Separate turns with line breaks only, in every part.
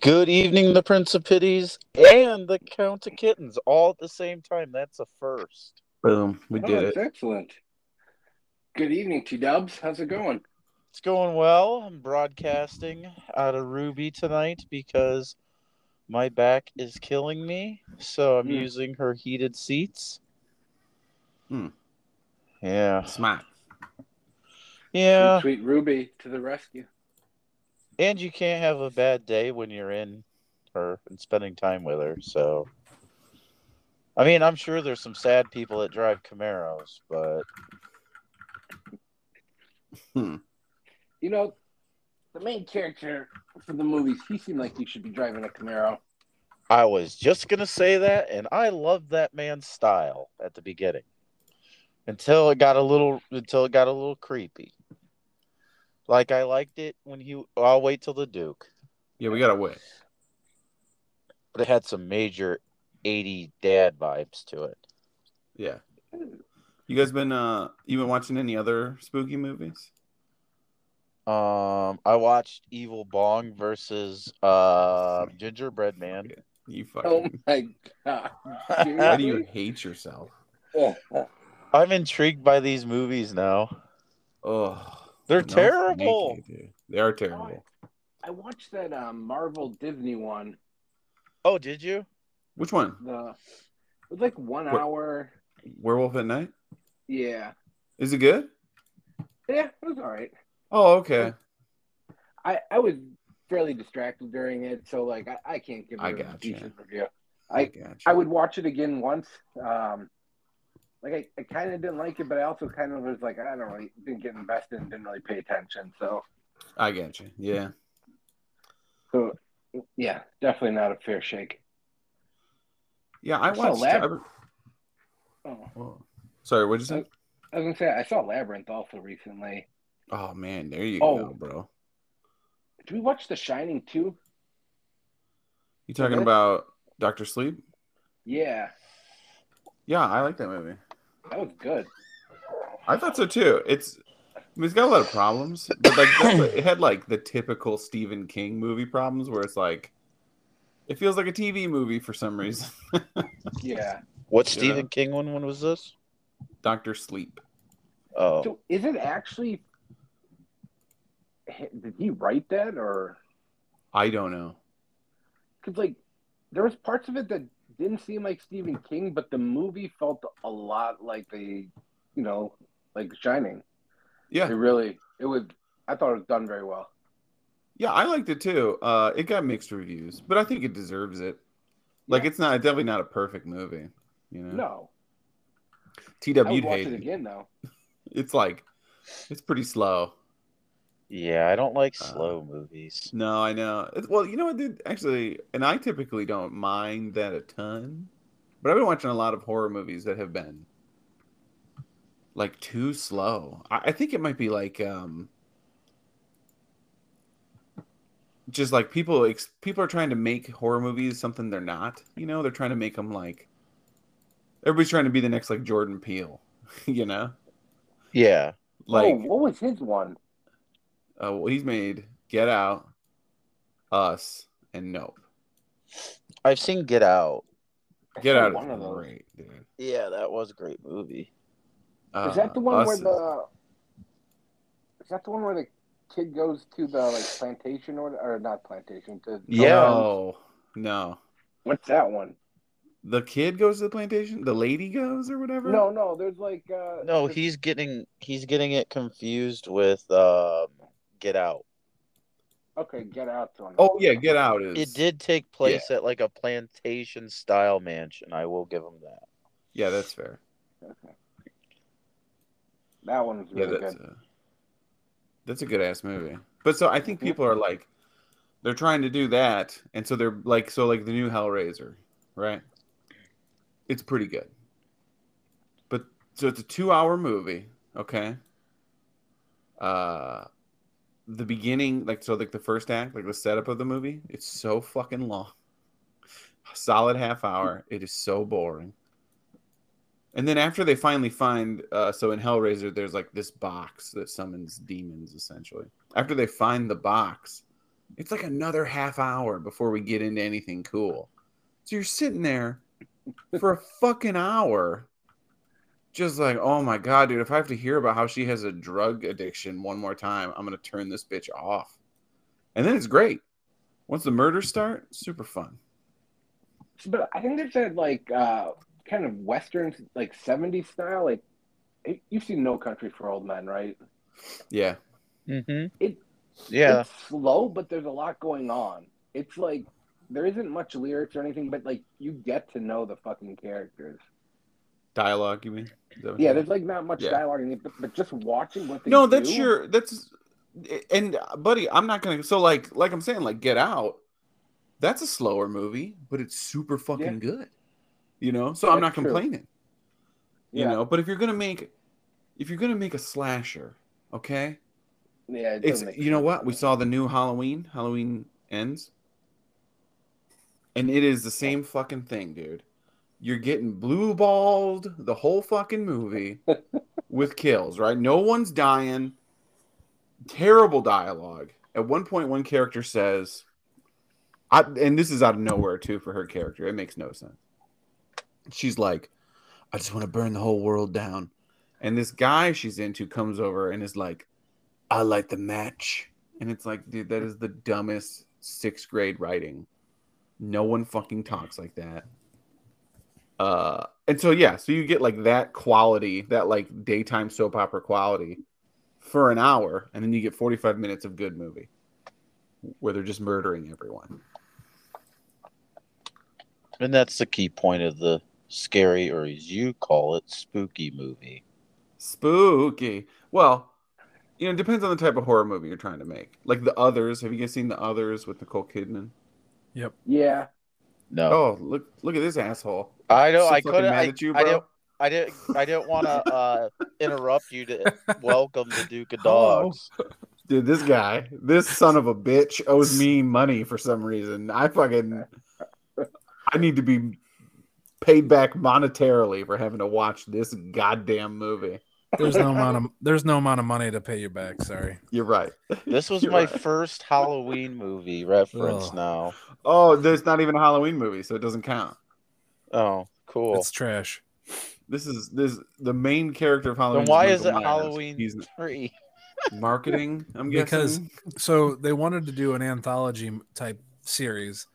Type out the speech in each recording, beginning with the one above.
Good evening, the Principities and the Count of Kittens, all at the same time. That's a first.
Boom, we
Oh,
did
that's
it.
excellent. Good evening, T Dubs. How's it going?
It's going well. I'm broadcasting out of Ruby tonight because my back is killing me. So I'm
Hmm.
using her heated seats.
Hmm.
Yeah.
Smart.
Yeah.
Sweet Ruby to the rescue.
And you can't have a bad day when you're in her and spending time with her. So, I mean, I'm sure there's some sad people that drive Camaros, but
You know, the main character for the movies, he seemed like he should be driving a Camaro.
I was just gonna say that, and I loved that man's style at the beginning, until it got a little until it got a little creepy. Like I liked it when he. I'll wait till the Duke,
Yeah, we gotta wait.
but it had some major '80 dad vibes to it.
Yeah. You guys been uh you been watching any other spooky movies?
Um, I watched Evil Bong versus uh, Gingerbread Man.
You
Oh
fucking
my god.
why do you hate yourself?
I'm intrigued by these movies now.
Oh
They're
no,
terrible.
thank you, dude. They are terrible.
I watched that um, Marvel Disney one.
Oh, did you?
Which one?
The it was like one
What?
hour.
Werewolf at Night?
Yeah.
Is it good?
Yeah, it was all right.
Oh, okay.
I, I was fairly distracted during it, so like I, I can't give it
I
a
gotcha.
decent review. I-
gotcha.
I would watch it again once. Um, like I, I kind of didn't like it, but I also kind of was like, I don't really didn't get invested and didn't really pay attention. So,
I got you. Yeah.
so yeah, definitely not a fair shake.
Yeah, I
I saw
watched
Labyrinth. Oh,
Oh. Sorry, what'd you say?
I was gonna say I saw Labyrinth also recently.
Oh man, there you
Oh.
go, bro.
Did we watch The Shining too?
You talking about Doctor Sleep?
Yeah,
Yeah, I like that movie.
that was good.
I thought so too. It's I mean, it's got a lot of problems, but like that's what- it had like the typical Stephen King movie problems where it's like it feels like a TV movie for some reason.
Yeah.
What
Yeah.
Stephen King one? When was this?
Doctor Sleep.
Oh,
So is it actually? Did he write that or?
I don't know.
because like there was parts of it that didn't seem like Stephen King, but the movie felt a lot like the, you know, like Shining. It
Yeah,
really, it was. I thought it was done very well.
yeah, I liked it too. Uh, it got mixed reviews, but I think it deserves it. Like,
Yeah.
it's not definitely not a perfect movie. You know,
No, I
TW
would
would
watch
hate
it
it.
again though.
It's like it's pretty slow.
yeah. I don't like
Uh,
slow movies.
No, I know. It's, well, you know what, dude? Actually, and I typically don't mind that a ton, but I've been watching a lot of horror movies that have been like too slow. I, I think it might be like um, just like people ex- people are trying to make horror movies something they're not. You know, they're trying to make them like everybody's trying to be the next like Jordan Peele. You know,
Yeah.
like
oh, what was his one?
uh, well, he's made Get Out, Us, and Nope.
I've seen Get Out.
I
Get
saw
out
one
of
of those.
great, dude.
Yeah, that was a great movie.
Uh,
Is that the one where
Us is-
the? Is that the one where the kid goes to the like plantation or or not plantation? To, um,
Yeah.
No, no.
What's that one?
The kid goes to the plantation. The lady goes or whatever.
No, no. There's like. Uh,
No,
there's-
he's getting he's getting it confused with um, Get Out.
Okay, get out. One.
Oh yeah, Get Out is.
It did take place at like a plantation style mansion. I will give him that.
Yeah, that's fair.
That one was
Yeah,
really
that's
good.
a, that's a good ass movie. But so I think
Mhm.
people are like, they're trying to do that, and so they're like, so like the new Hellraiser, right? It's pretty good. But so it's a two-hour movie, okay? Uh, the beginning, like so, like the first act, like the setup of the movie, it's so fucking long. Solid half hour. It is so boring. And then after they finally find, uh, so in Hellraiser, there's like this box that summons demons essentially. After they find the box, It's like another half hour before we get into anything cool. So you're sitting there for a fucking hour, just like, oh my god, dude, if I have to hear about how she has a drug addiction one more time, I'm gonna turn this bitch off. And then it's great. Once the murders start, super fun.
But I think there's that like uh, kind of Western, like '70s style. Like it- you've seen No Country for Old Men, right?
Yeah.
Mm-hmm.
It-
yeah.
It's slow, but there's a lot going on. It's like there isn't much lyrics or anything, but like you get to know the fucking characters.
Dialogue, you mean? Is that what
Yeah,
you-
there's like not much
Yeah.
dialogue in it, but, but just watching what they
no that's
do-
your that's and buddy i'm not gonna so like like i'm saying like get out that's a slower movie but it's super fucking
Yeah.
good you know so i'm not
That's true.
complaining you
Yeah.
know but if you're gonna make if you're gonna make a slasher okay
Yeah, it
it's
doesn't make
you know
sense.
what we saw the new halloween halloween ends and it is the same fucking thing dude you're getting blue balled the whole fucking movie with kills right no one's dying terrible dialogue at one point one character says I, and this is out of nowhere too for her character it makes no sense she's like i just want to burn the whole world down and this guy she's into comes over and is like I light the match. And it's like, dude, that is the dumbest sixth grade writing. No one fucking talks like that. Uh, and so yeah, so you get like that quality, that like daytime soap opera quality for an hour, and then you get 45 minutes of good movie where they're just murdering everyone.
And that's the key point of the scary, or as you call it, spooky movie.
Spooky. Well, you know, it depends on the type of horror movie you're trying to make. Like the others. Have you guys seen the others with Nicole Kidman?
Yeah,
No,
Oh, look look at this asshole.
I know.
So
I
fucking
couldn't.
mad
I,
at you,
I
bro.
didn't. I didn't. I didn't want to uh, interrupt you to welcome the Duke of
Hello.
Dogs.
Dude, this guy, this son of a bitch, owes me money for some reason. I fucking, I need to be paid back monetarily for having to watch this goddamn movie.
There's no amount of there's no amount of money to pay you back. Sorry.
You're right.
This was
You're
my
right.
first Halloween movie reference.
Ugh.
Now,
Oh, there's not even a Halloween movie, so it doesn't count.
oh, cool.
It's trash.
This is this the main character of Halloween.
Then why is it
Michael Myers.
Halloween
He's
three?
marketing. I'm
Because-
guessing.
So they wanted to do an anthology type series,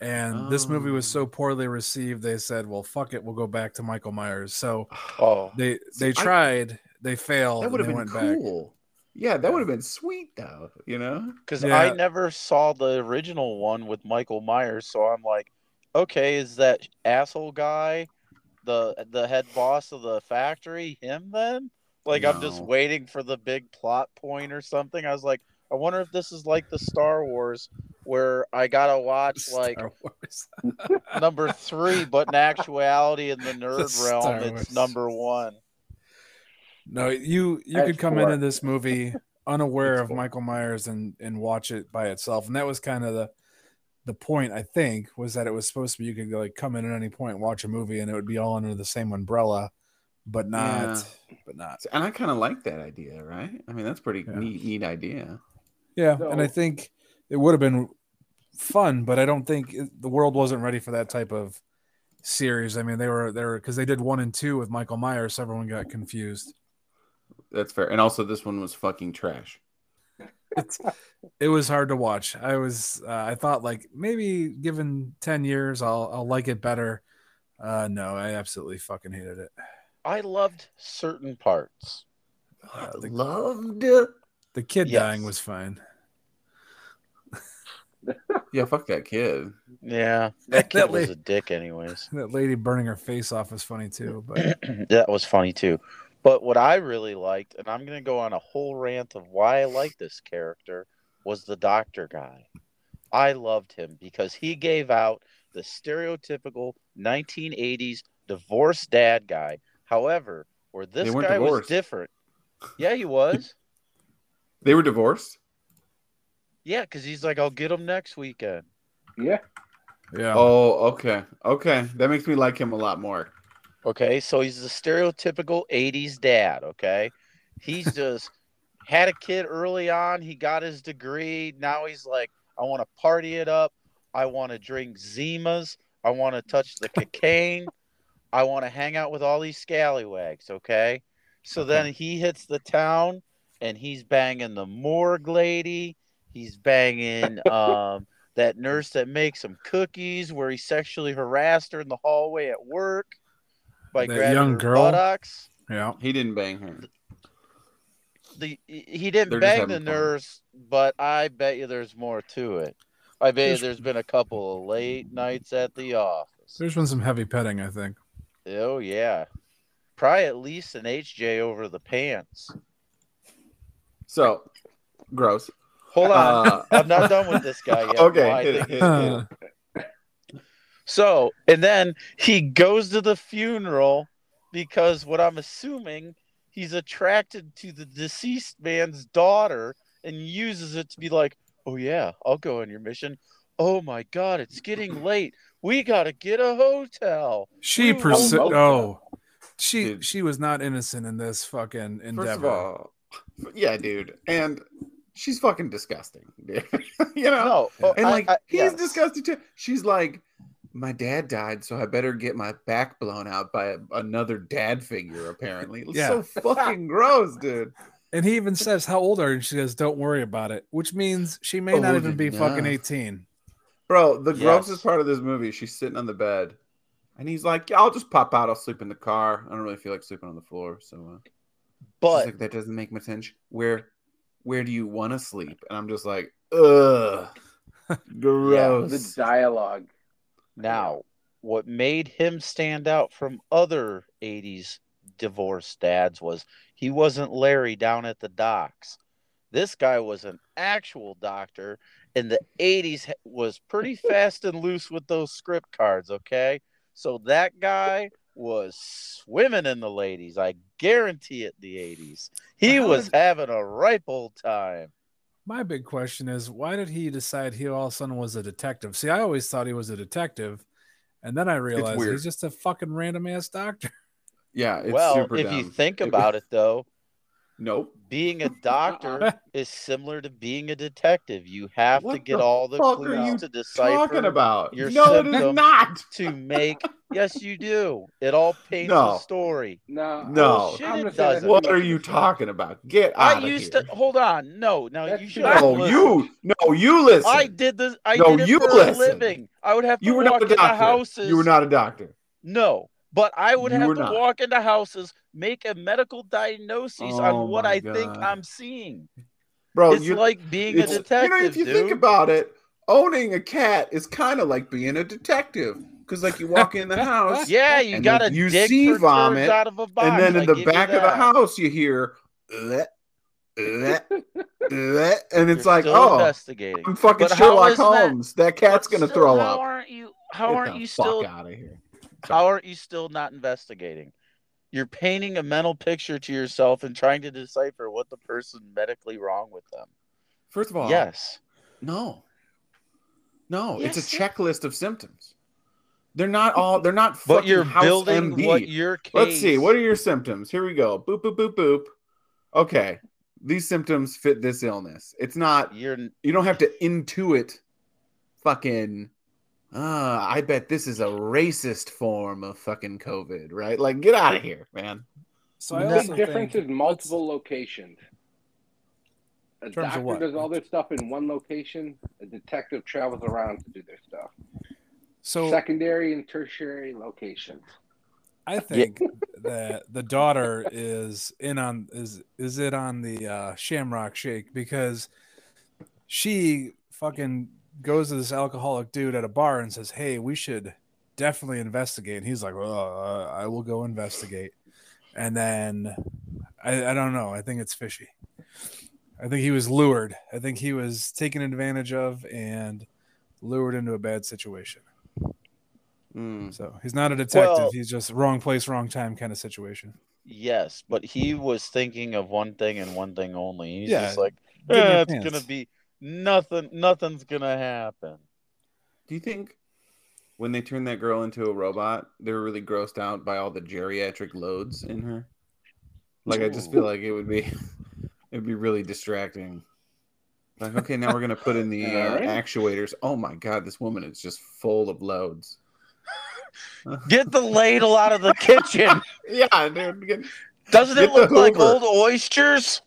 and this movie was
Oh.
so poorly received. They said, "Well, fuck it, we'll go back to Michael Myers." So
Oh,
they
See,
they
I-
tried, they failed,
that
and
would
they
have been
went back.
cool. Yeah, that would have been sweet though. You know.
because
Yeah.
I never saw the original one with Michael Myers, so I'm like, okay, is that asshole guy the the head boss of the factory? Him then? Like I'm just
No.
waiting for the big plot point or something. I was like, I wonder if this is like the Star Wars where I gotta watch
Star
like
Wars.
number three, but in actuality, in the nerd
Star
realm, it's
Wars.
number one.
No, you you
That's
could come
four.
into this movie unaware
That's
of
four.
Michael Myers and and watch it by itself, and that was kind of the the point I think was that it was supposed to be you could like come in at any point, watch a movie, and it would be all under the same umbrella, but not but not
And I kind of like that idea, right? I mean, that's pretty
Yeah.
neat, neat idea.
yeah. and I
So-
think it would have been fun, but I don't think it- the world wasn't ready for that type of series. I mean, they were they were because they did one and two with Michael Myers, so everyone got confused.
That's fair. And also, this one was fucking trash.
it was hard to watch. I was uh, I thought like maybe given 10 years I'll I'll like it better. Uh no, I absolutely fucking hated it.
I loved certain parts.
Uh, the,
Loved.
the kid
Yes.
dying was fine.
Yeah, fuck that kid.
Yeah, that kid was
Definitely.
a dick, anyways.
That lady burning her face off was funny too, but
that was funny too. But what I really liked, and I'm going to go on a whole rant of why I like this character, was the doctor guy. I loved him because he gave out the stereotypical 1980s divorced dad guy. However, where this
weren't
guy was
divorced.
different. Yeah, he was.
They were divorced.
yeah, because he's like, I'll get him next weekend.
yeah.
yeah.
Oh, okay, okay. That makes me like him a lot more.
Okay, so he's the stereotypical 80s dad, okay? He's just had a kid early on, he got his degree, now he's like, I want to party it up. I want to drink Zimas. I want to touch the cocaine. I want to hang out with all these scallywags. Okay. So then he hits the town and he's banging the morgue lady. He's banging um, that nurse that makes him cookies, where he sexually harassed her in the hallway at work by
That
grabbing
young
her
girl?
buttocks
Yeah.
He didn't bang her.
the he didn't
They're just
bang the
having fun.
nurse, but I bet you there's more to it. I bet
There's-
you there's been a couple of late nights at the office.
There's been some heavy petting, I think.
Oh yeah, probably at least an HJ over the pants.
So gross.
Hold on,
Uh,
I'm not done with this guy yet.
okay.
Why I
hit it,
think-
hit it, hit it.
So and then he goes to the funeral because what I'm assuming he's attracted to the deceased man's daughter and uses it to be like, oh yeah, I'll go on your mission. Oh my god, it's getting late. We gotta get a hotel.
she
Ooh,
persi-
oh,
oh, she
Dude.
she was not innocent in this fucking endeavor.
First of all, yeah, dude, and she's fucking disgusting, dude. you know,
No, oh,
and
I-
like
I-
he's
yes.
disgusting too. She's like, my dad died, so I better get my back blown out by another dad figure. Apparently, It's
Yeah.
so fucking gross, dude.
and he even says, "How old are you?" And she says, "Don't worry about it," which means she may not
Old
even be fucking
enough.
eighteen.
Bro, the
Yes.
grossest part of this movie, is she's sitting on the bed, and he's like, yeah, "I'll just pop out. I'll sleep in the car. I don't really feel like sleeping on the floor." So, uh, she's
But
like, that doesn't make much sense. Where, where do you want to sleep? And I'm just like, ugh, gross.
The dialogue.
now what made him stand out from other 80s divorced dads was he wasn't Larry down at the docks. This guy was an actual doctor in the 80s h- was pretty fast and loose with those script cards, okay? So that guy was swimming in the ladies. I guarantee it the 80s. He
How
was
did-
having a ripe old time.
My big question is, why did he decide he all of a sudden was a detective? See, I always thought he was a detective, and then I realized
weird.
he's just a fucking random ass doctor.
Yeah, it's
well,
super
if
dumb.
you think
It was-
about it though,
nope.
being a doctor is similar to being a detective. You have to
Uh-uh. What
get
the
all the
fuck are
clues
you
to decipher
Talking about
your
no, it is
symptom.
not.
to make. yes, you do. It all paints
No.
a story.
No,
No.
shit,
I'm
it
gonna say that's
doesn't.
What are you talking about? Get out
I
of
used
here.
to oh hold on. No, no,
That's
you should. have
No,
listened.
you. No, you listen.
I did this. I
No,
did it
you
for
listen.
a living. I would have to
you were
walk
not a
into
doctor.
houses.
You were not a doctor.
No, but I would
You
have
were
to
not.
walk into houses, make a medical diagnosis
Oh
on what
my
I think
God.
I'm seeing.
Bro,
it's
you
like being a
it's-
detective,
You know, if you
dude.
think about it, owning a cat is kind of like being a detective. Because like you walk in the house,
Yeah, you
And
got to
then you
dig
see
for turds
vomit,
out of a box.
and then
I
in the
give you
back of the
that.
house you hear, "Bleh, bleh, bleh," and it's
You're
like,
still
oh,
investigating.
I'm fucking
But how
Sherlock
is that-
Holmes. That, cat's
But
gonna
still,
throw
how
up.
aren't you? How
Get
aren't
the
you
fuck
still?
out of here?
How aren't you still not investigating? You're painting a mental picture to yourself and trying to decipher what the person medically wrong with them.
First of all,
Yes,
no, no, it's a
Yes.
checklist of symptoms. They're not all. They're not.
but
fucking
you're
house
building
MD.
what your case.
Let's see. What are your symptoms? Here we go. Boop boop boop boop. Okay, these symptoms fit this illness. It's not.
you're
You don't have to intuit. Fucking. Uh, I bet this is a racist form of fucking COVID, right? Like, get out of here, man.
So I
The
The
also
difference
think
is multiple locations. A
terms of
doctor
what?
does all their stuff in one location. A detective travels around to do their stuff.
so.
Secondary and tertiary locations.
I think that the daughter is in on is is it on the uh, Shamrock Shake because she fucking goes to this alcoholic dude at a bar and says, "Hey, we should definitely investigate." And he's like, "Well, uh, I will go investigate." And then I, I don't know. I think it's fishy. I think he was lured. I think he was taken advantage of and lured into a bad situation.
Hmm.
Mm.
So he's not a detective.
Well-
he's just wrong place, wrong time kind of situation.
yes, but he was thinking of one thing and one thing only. He's
Yeah,
just like,
give me
"Eh,
a
it's
chance."
gonna be nothing. Nothing's gonna happen.
Do you think when they turned that girl into a robot, they were really grossed out by all the geriatric loads in her? Like I just feel like it would be it would be really distracting. Like, okay, now we're gonna put in the uh,
Alright.
actuators. Oh my god, this woman is just full of loads.
Get the ladle out of the kitchen.
Yeah, dude, get,
Doesn't it
Get the
look like old
Hoover.
oysters?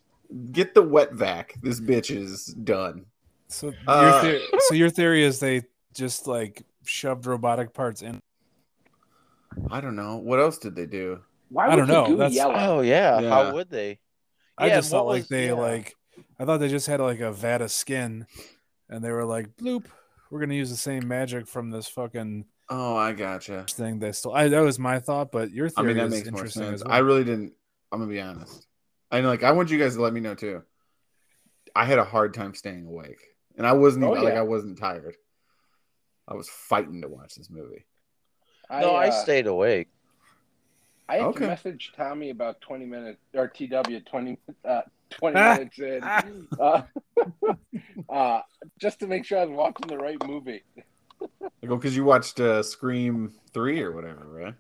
get the wet vac. This bitch is done.
So
Uh,
your the- so your theory is they just like shoved robotic parts in.
I don't know what else did they do.
Why
I
would
don't know,
the goo
that's-
yellow?
Oh yeah.
Yeah.
How would they?
I
Yeah,
just
what
thought like
was- uh,
they
yeah.
like I thought they just had like a vat of skin and they were like bloop we're gonna use the same magic from this fucking
Oh, I gotcha.
thing they stole. I that was my thought, but your
I
theory
mean, that
is
makes more
interesting
sense.
as well.
I really didn't. I'm gonna be honest. And like, I want you guys to let me know too. I had a hard time staying awake, and I wasn't
Oh,
even like
yeah.
I wasn't tired. I was fighting to watch this movie.
Oh, no, I
uh,
stayed awake.
I had
Okay.
to message Tommy about 20 minutes, or TW 20, uh, 20
Ah,
minutes in, uh, uh, just to make sure I was watching the right movie.
Like, oh, because you watched uh, Scream three or whatever, right?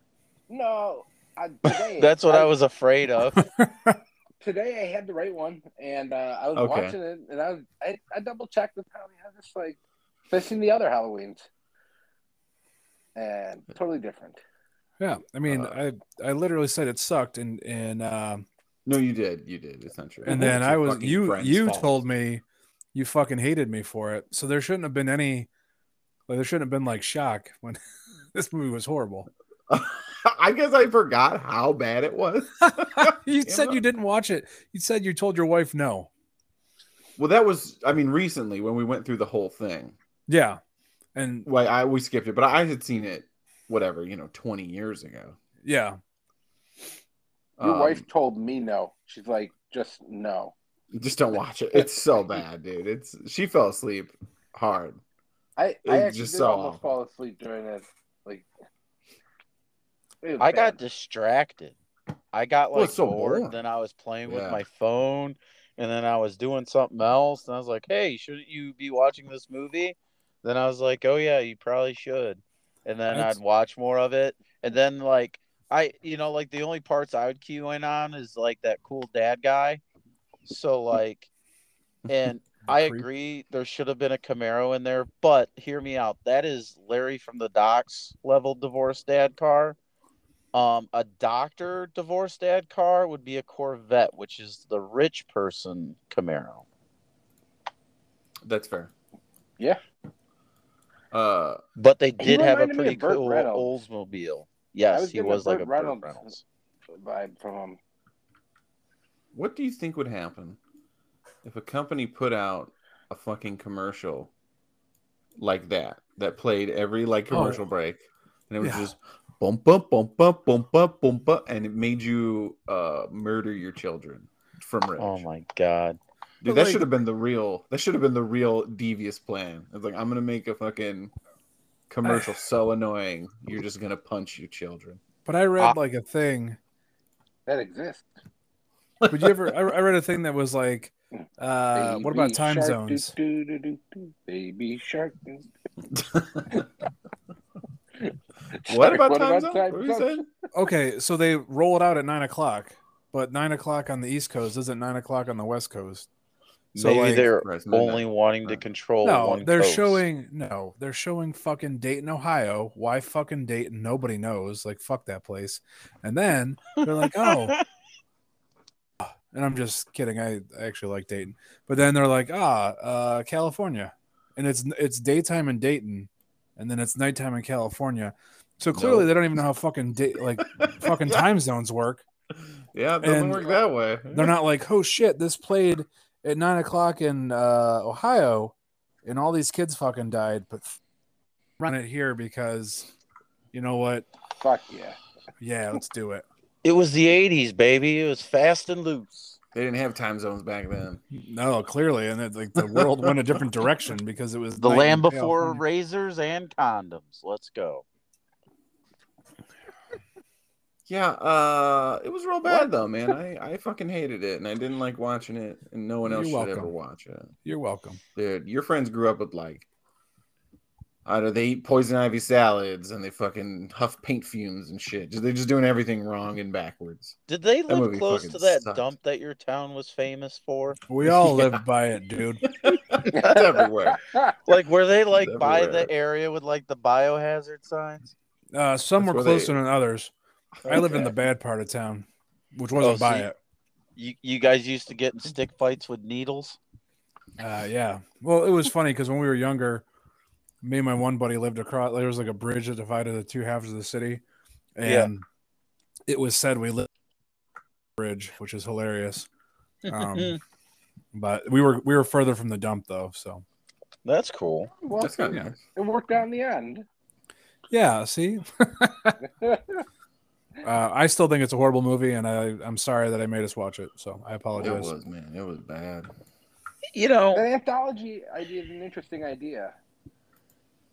No, I, today,
That's what I was afraid of.
Today I had the right one, and uh, I was
Okay.
watching it, and I was, I, I double checked with Tommy. I was just like, I've seen the other Halloweens, and totally different.
yeah, I mean,
Uh,
I I literally said it sucked, and and um,
No, you did. You did. It's not true.
and
It's
then
your
I was
fucking
you
friend's
you
fault.
told me you fucking hated me for it, so there shouldn't have been any like there shouldn't have been like shock when this movie was horrible.
I guess I forgot how bad it was.
you
Damn
said
it.
you didn't watch it. You said you told your wife no.
Well, that was. I mean, recently when we went through the whole thing.
Yeah, and
Well, I we skipped it, but I had seen it. Whatever, you know, twenty years ago.
yeah,
Your
Um,
wife told me no. She's like, just no.
just don't watch it. It's so bad, dude. It's she fell asleep hard.
I,
It
I actually
just
did
so
almost
awful.
fall asleep during it. Like, it was
I got
bad.
distracted. I got like
Well, it's so
bored.
boring.
Then I was playing
Yeah.
with my phone, and then I was doing something else. And I was like, "Hey, shouldn't you be watching this movie?" Then I was like, "Oh yeah, you probably should." And then
That's-
I'd watch more of it. And then like I, you know, like the only parts I would cue in on is like that cool dad guy. So like, and
The
I
creep.
agree there should have been a Camaro in there, but hear me out. That is Larry from the docks level divorce dad car. Um, a doctor divorce dad car would be a Corvette, which is the rich person Camaro.
That's fair.
Yeah.
Uh,
But they did have a
reminded me
pretty
of Burt
cool
Reynolds.
Oldsmobile.
I
Yes,
was
he
getting a
was like
Burt
a Burt
Reynolds.
Reynolds.
vibe from him.
what do you think would happen if a company put out a fucking commercial like that that played every like
Oh.
commercial break and it was
Yeah.
just bum bum bum bum bum bum bum bum and it made you uh murder your children from rich.
Oh my god.
Dude,
But,
that
like-
should have been the real. That should have been the real devious plan. It's like I'm gonna make a fucking commercial so annoying. You're just gonna punch your children.
but I read
Ah.
like a thing.
That exists.
Would you ever? I, I read a thing that was like, uh, what about
Baby
time
shark,
zones?
doo, doo, doo, doo, doo. Baby shark. doo.
What
Shark,
about time zone? What were you
zone?
saying?
Okay, so they roll it out at nine o'clock, but nine o'clock on the East Coast isn't nine o'clock on the West Coast. So
Maybe
like,
they're
Right, and then
only wanting to
Right.
control
no,
one
they're
coast.
showing no, they're showing fucking Dayton, Ohio. Why fucking Dayton? Nobody knows. Like fuck that place. And then they're like, oh, and I'm just kidding. I, I actually like Dayton, but then they're like, ah, uh, California, and it's it's daytime in Dayton, and then it's nighttime in California. So clearly,
Nope.
they don't even know how fucking day, like
that-
fucking time zones work.
Yeah, it doesn't
and
work that way.
They're not like, oh shit, this played at nine o'clock in uh, Ohio, and all these kids fucking died, but f- run it here because you know what?
Fuck yeah.
Yeah, let's do it.
It was the 80s, baby. It was fast and loose.
They didn't have time zones back then.
No, clearly, and it, like the world went a different direction because it was
The
night in
land before
California.
razors and condoms. Let's go.
Yeah, uh, it was real bad though, man. I I fucking hated it, and I didn't like watching it, and no one else
You're
should ever
welcome.
watch it.
You're welcome.
Dude, your friends grew up with like I don't know, they eat poison ivy salads and they fucking huff paint fumes and shit. Just- They're just doing everything wrong and backwards.
Did they
That
live
movie
close
fucking
to that
sucked.
dump that your town was famous for?
We all
Yeah.
live by it, dude.
That's everywhere.
Like, were they like by
everywhere.
the area with like the biohazard signs?
Uh, some
That's
were
where they-
closer than others. I lived in the bad part of town, which wasn't
Oh,
by
see.
it.
You, you guys used to get in stick fights with needles.
Uh, yeah. Well, it was funny because when we were younger, me and my one buddy lived across. There was like a bridge that divided the two halves of the city,
Yeah.
and it was said we lived bridge, which is hilarious. Um, but we were we were further from the dump though, so
That's cool.
Well,
That's kind of
Yeah.
nice.
it worked out in the end.
yeah. See, uh, I still think it's a horrible movie, and I I'm sorry that I made us watch it. So I
It
apologize.
was, man. It was bad.
You know,
That anthology idea is an interesting idea.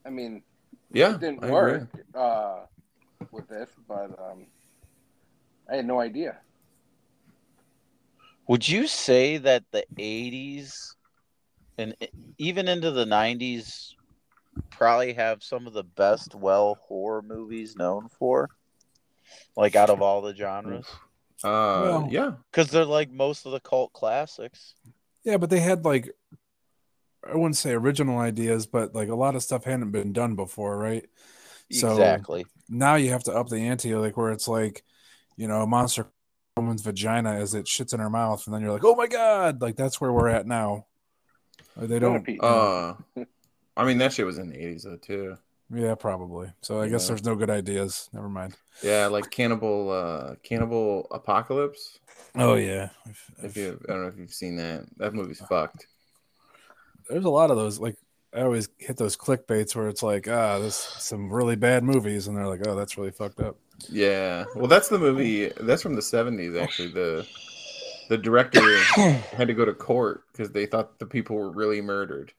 I mean,
Yeah.
it didn't
I agree.
work uh, with this, but um, I had no idea.
would you say that the '80s and e- even into the '90s probably have some of the best well horror movies known for? Like out of all the genres,
Uh,
Well-
yeah.
because they're like most of the cult classics.
Yeah, but they had like I wouldn't say original ideas, but like a lot of stuff hadn't been done before, right? So-
exactly.
now you have to up the ante, like where it's like, you know, a monster woman's vagina as it shits in her mouth, and then you're like, oh my god, like that's where we're at now. Like, they don't.
Centipede.
Uh, I mean, that shit was in the 80s, though, too.
Yeah, probably. So I guess
Yeah.
there's no good ideas. Never mind.
Yeah, like Cannibal uh Cannibal Apocalypse.
Oh yeah, If-
If
if-
you I don't know if you've seen that. That
Oh,
movie's fucked.
there's a lot of those. Like I always hit those clickbaits where it's like, ah, this some really bad movies, and they're like, oh, that's really fucked up.
Yeah. Well, that's the movie that's from the 70s actually. The the director had to go to court cuz they thought the people were really murdered.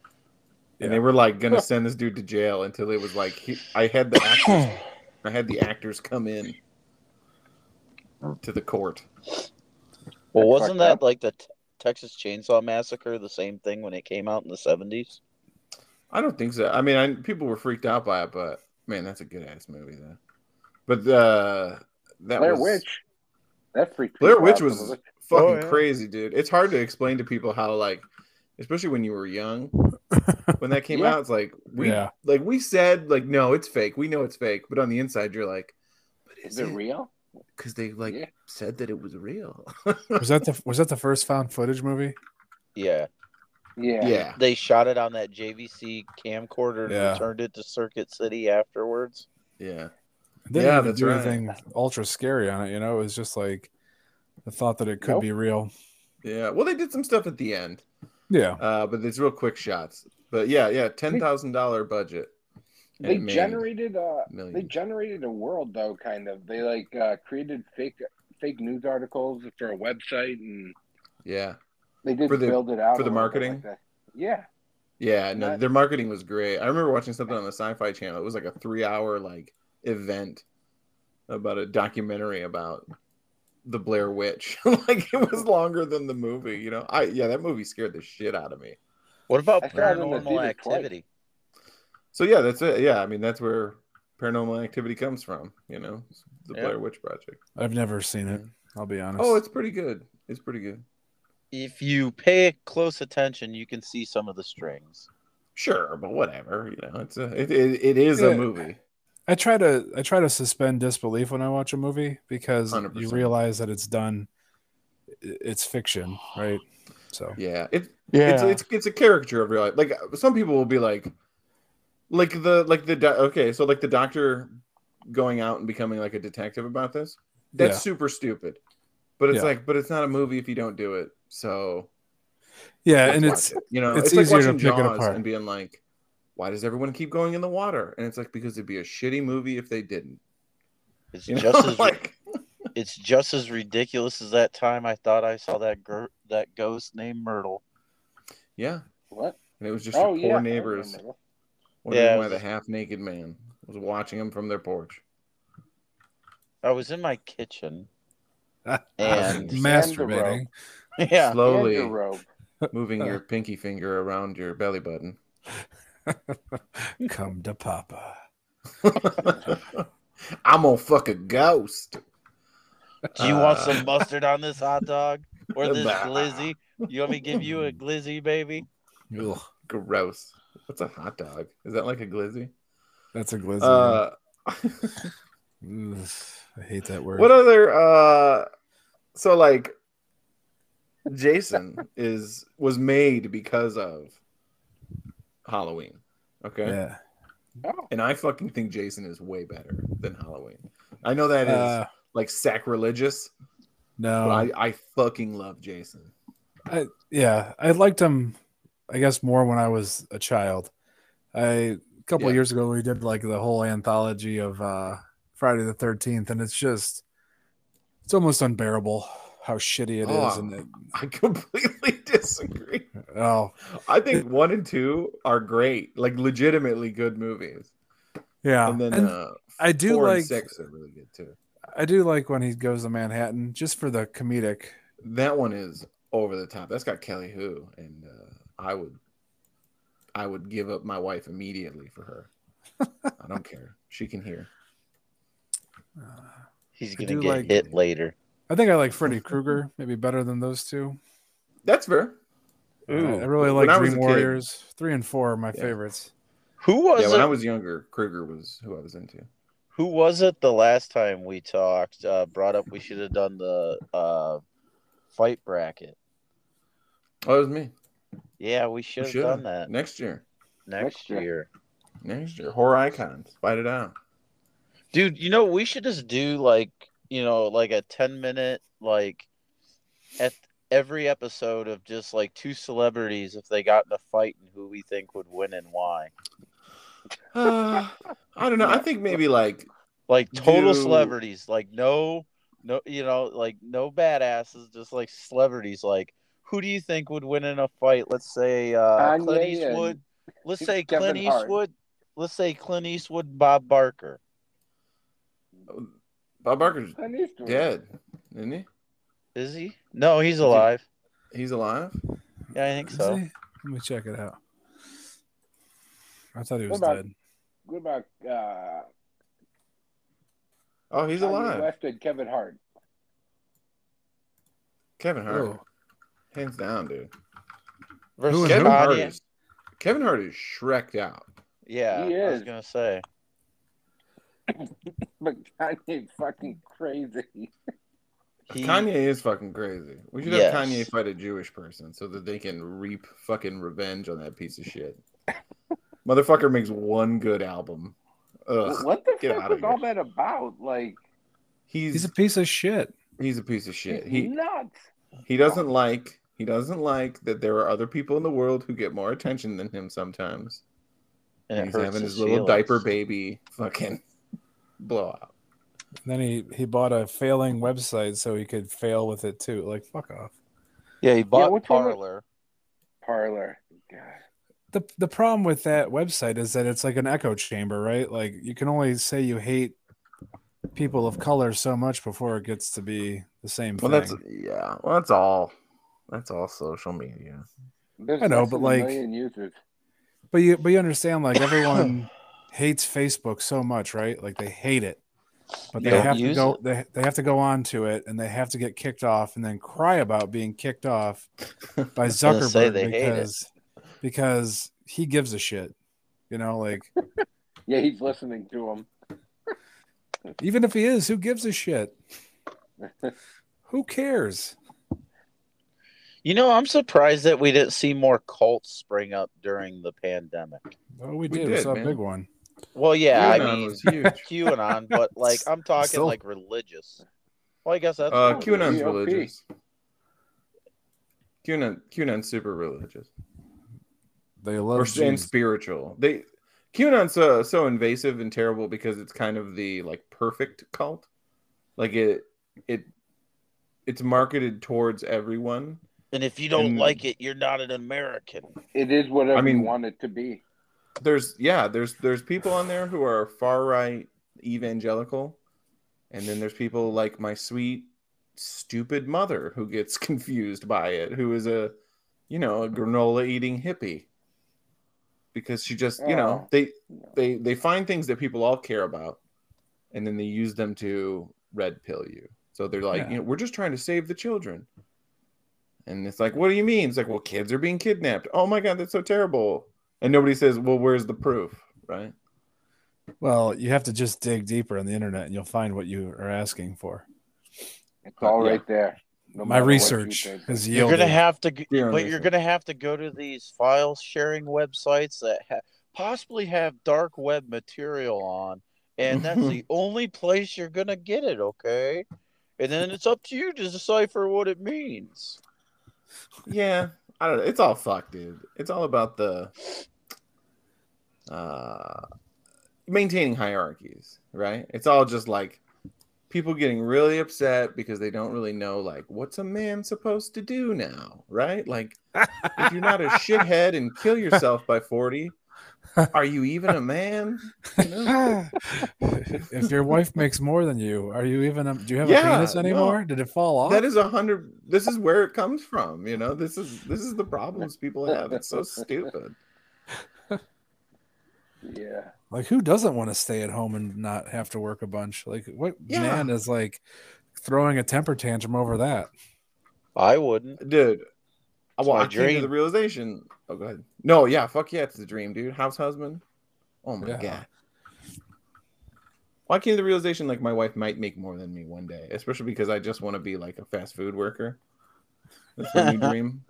And they
Yeah.
were like going to send this dude to jail until it was like he, I had the actors I had the actors come in to the court.
Well,
That's
wasn't
fucked
that
up.
like the t- Texas Chainsaw Massacre, the same thing when it came out in the 70s?
I don't think so. I mean, I, people were freaked out by it, but man, that's a good ass movie though. But uh, that
Blair
was,
Witch. That freaked
Blair
people
Witch
out,
was
but-
fucking
Oh, yeah.
crazy, dude. It's hard to explain to people how like, especially when you were young, when that came
Yeah.
out, it's like we
Yeah.
like we said like no, it's fake. We know it's fake, but on the inside, you're like, but
Is
is
it
it
real?
Because they like
Yeah.
said that it was real.
Was that the was that the first found footage movie?
Yeah.
Yeah.
yeah.
They shot it on that JVC camcorder and
Yeah.
returned it to Circuit City afterwards.
yeah.
They didn't
Yeah,
even
that's
do
right.
anything ultra scary on it. You know, it was just like the thought that it could
Nope.
be real.
Yeah. Well, they did some stuff at the end.
Yeah.
Uh, but it's real quick shots. But yeah, yeah, ten thousand dollar budget. And
They
it made
generated uh they
millions.
generated a world though kind of. They like uh created fake fake news articles for a website and
Yeah,
they did
For the-
build it out
for the
a little bit
marketing?
like that. yeah.
yeah. No,
Not-
their marketing was great. I remember watching something on the Sci-Fi Channel. It was like a three-hour like event about a documentary about the Blair Witch. like it was longer than the movie. You know, I yeah, that movie scared the shit out of me.
What about
I saw it in the
paranormal
theater twice.
activity?
So yeah, that's it. Yeah, I mean that's where paranormal activity comes from. You know, the
Yeah.
Blair Witch Project.
I've never seen it. I'll be honest.
Oh, it's pretty good. It's pretty good.
If you pay close attention, you can see some of the strings.
Sure, but whatever. You know, it's a it it, it is a
Yeah.
movie.
I try to I try to suspend disbelief when I watch a movie because
100%.
you realize that it's done. i- It's fiction, right? So
Yeah, it it's it's it's a caricature of real life. Like some people will be like, like the like the doc- okay, so like the doctor going out and becoming like a detective about this. That's
yeah.
super stupid. But it's
Yeah.
like, but it's not a movie if you don't do it. So
yeah,
let's
and
watch
it's
it. you know
it's
it's, like
easier to
watching
pick it
Jaws
apart.
and being like, why does everyone keep going in the water? And it's like because it'd be a shitty movie if they didn't.
It's
You know?
just as
like
it's just as ridiculous as that time I thought I saw that gir- that ghost named Myrtle.
yeah,
What?
and it was just
oh
your
yeah.
poor
I
neighbors
remember.
wondering
Yeah, it
why
was-
the half naked man was watching them from their porch.
I was in my kitchen and
masturbating.
yeah,
And
Slowly.
your robe.
Uh.
moving your pinky finger around your belly button.
Come to Papa.
I'm gonna fuck a ghost.
Do you want some mustard on this hot dog or this
Bah.
glizzy? You want me to give you a glizzy, baby?
Ugh,
Gross. What's a hot dog? Is that like a glizzy?
that's a glizzy.
Uh,
Ugh, I hate that word.
what other? Uh, so like, Jason is was made because of Halloween. Okay.
yeah.
Oh,
And I fucking think Jason is way better than Halloween. I know that is
Uh,
like sacrilegious,
no.
but I, I fucking love Jason.
yeah, I liked him. I guess more when I was a child. I a couple
Yeah.
of years ago we did like the whole anthology of uh, Friday the Thirteenth, and it's just it's almost unbearable how shitty it is.
Oh.
And it,
I completely disagree.
oh
I think one and two are great, like legitimately good movies.
yeah,
And then
And
uh,
I do
four
like
and six are really good too.
I do like when he goes to Manhattan just for the comedic.
That one is over the top. That's got Kelly Who, and uh, I would, I would give up my wife immediately for her. I don't care. She can hear.
Uh,
He's
I
gonna
do
get
like-
hit later.
I think I like Freddy Krueger maybe better than those two.
That's fair.
Uh,
Ooh.
I really
When
like
I was a
Dream
kid-
Warriors. Three and four are my
Yeah.
favorites.
Who was
yeah, when
it?
I was younger, Kruger was who I was into.
Who was it the last time we talked? Uh, brought up we should have done the uh, fight bracket.
Oh, it was me.
Yeah, we should have
Should've.
done that
next year.
next
Next year.
year.
Next year, horror icons. Fight it out.
Dude, you know, we should just do like, you know, like a 10 minute, like, at every episode of just like two celebrities if they got in a fight and who we think would win and why.
Uh, I don't know. I think maybe like
Like, total
Do-
celebrities, like, no, no, you know, like, no badasses, just like celebrities. Like, who do you think would win in a fight? Let's say, uh,
Kanye
Clint Eastwood.
and-
Let's say
Kevin
Clint
Hart.
Eastwood. Let's say Clint Eastwood, and Bob Barker.
Bob Barker's
Clint Eastwood.
dead, isn't he?
Is he? No, he's alive.
He's alive.
Yeah, I think
Is
so.
he? Let me check it out. I thought he
What
was
about-
dead.
What about uh,
Oh, he's
Kanye
alive.
West and Kevin Hart?
Kevin Hart,
Oh,
hands down, dude.
Versus
and who?
Kevin Hart
Kanye.
is Kevin Hart is shreked out.
Yeah,
He
I was
is.
gonna say.
But Kanye fucking crazy.
He,
Kanye is fucking crazy. We should
Yes.
have Kanye fight a Jewish person so that they can reap fucking revenge on that piece of shit. Motherfucker makes one good album. Ugh.
what the
get
fuck
outta
was all
here.
that about? Like,
He's
he's a piece of shit.
he's a piece of shit.
he's
He
nuts.
he doesn't like he doesn't like that there are other people in the world who get more attention than him sometimes.
and it
he's
hurts
having his, little
feelings.
diaper baby fucking blowout.
then he he bought a failing website so he could fail with it too. Like fuck off.
Yeah, he bought
what's wrong with-
Parlor.
Parlor. God.
The the problem with that website is that it's like an echo chamber, right? Like you can only say you hate people of color so much before it gets to be the same
Well,
thing.
that's yeah. Well, that's all. That's all social media.
There's
I know,
less
but
than a
like-
million users.
But you but you understand like everyone hates Facebook so much, right? Like they hate it. But they
Don't
have to
use
go
it.
they, they have to go on to it and they have to get kicked off and then cry about being kicked off by
was gonna say
Zuckerberg
they hate it.
because because he gives a shit. You know, like
Yeah, he's listening to him.
even if he is, who gives a shit? Who cares?
You know, I'm surprised that we didn't see more cults spring up during the pandemic.
Oh, we
We
did. We,
did,
saw
man.
a big one.
Well, yeah, I
QAnon
mean
was huge.
QAnon, but like I'm talking
Still-
like religious. Well, I guess that's
Uh,
cool.
QAnon's
GOP.
religious. QAnon, QAnon's super religious
They
or
love
and
Jews.
spiritual. They QAnon's so so invasive and terrible because it's kind of the like perfect cult. Like it, it, it's marketed towards everyone.
And if you don't
and-
like it, you're not an American.
It is whatever
I mean-
you want it to be.
There's yeah, there's there's people on there who are far right evangelical, and then there's people like my sweet stupid mother who gets confused by it, who is a you know a granola eating hippie. because she just you know
Oh.
they they they find things that people all care about and then they use them to red pill you so they're like
Yeah.
you know we're just trying to save the children and it's like what do you mean it's like well kids are being kidnapped oh my god that's so terrible and nobody says well where's the proof right
Well, you have to just dig deeper on the internet and you'll find what you are asking for.
It's all
Yeah.
right there. No
uh, My
matter what you
research
think.
has
You're
yielded.
gonna have to, g-
Yeah,
but you're
research.
gonna have to go to these file sharing websites that ha- possibly have dark web material on, and that's the only place you're gonna get it. Okay, and then it's up to you to decipher what it means.
yeah i don't know it's all fucked dude it's all about the uh maintaining hierarchies right it's all just like people getting really upset because they don't really know like what's a man supposed to do now right like if you're not a shithead and kill yourself by 40 are you even a man
if your wife makes more than you, are you even? A, do you have
Yeah,
a penis
no.
anymore? Did it fall off?
that is a hundred this is where it comes from you know this is this is the problems people have it's so stupid
Yeah.
like, who doesn't want to stay at home and not have to work a bunch? Like, what
Yeah.
man is like throwing a temper tantrum over that?
I wouldn't.
dude.
It's
well,
my
I came to
dream.
the realization. Oh, go ahead. No, yeah, fuck yeah, it's the dream, dude. House husband. Oh my
Yeah.
god. Well, I came to the realization like my wife might make more than me one day, especially because I just want to be like a fast food worker. That's my new dream.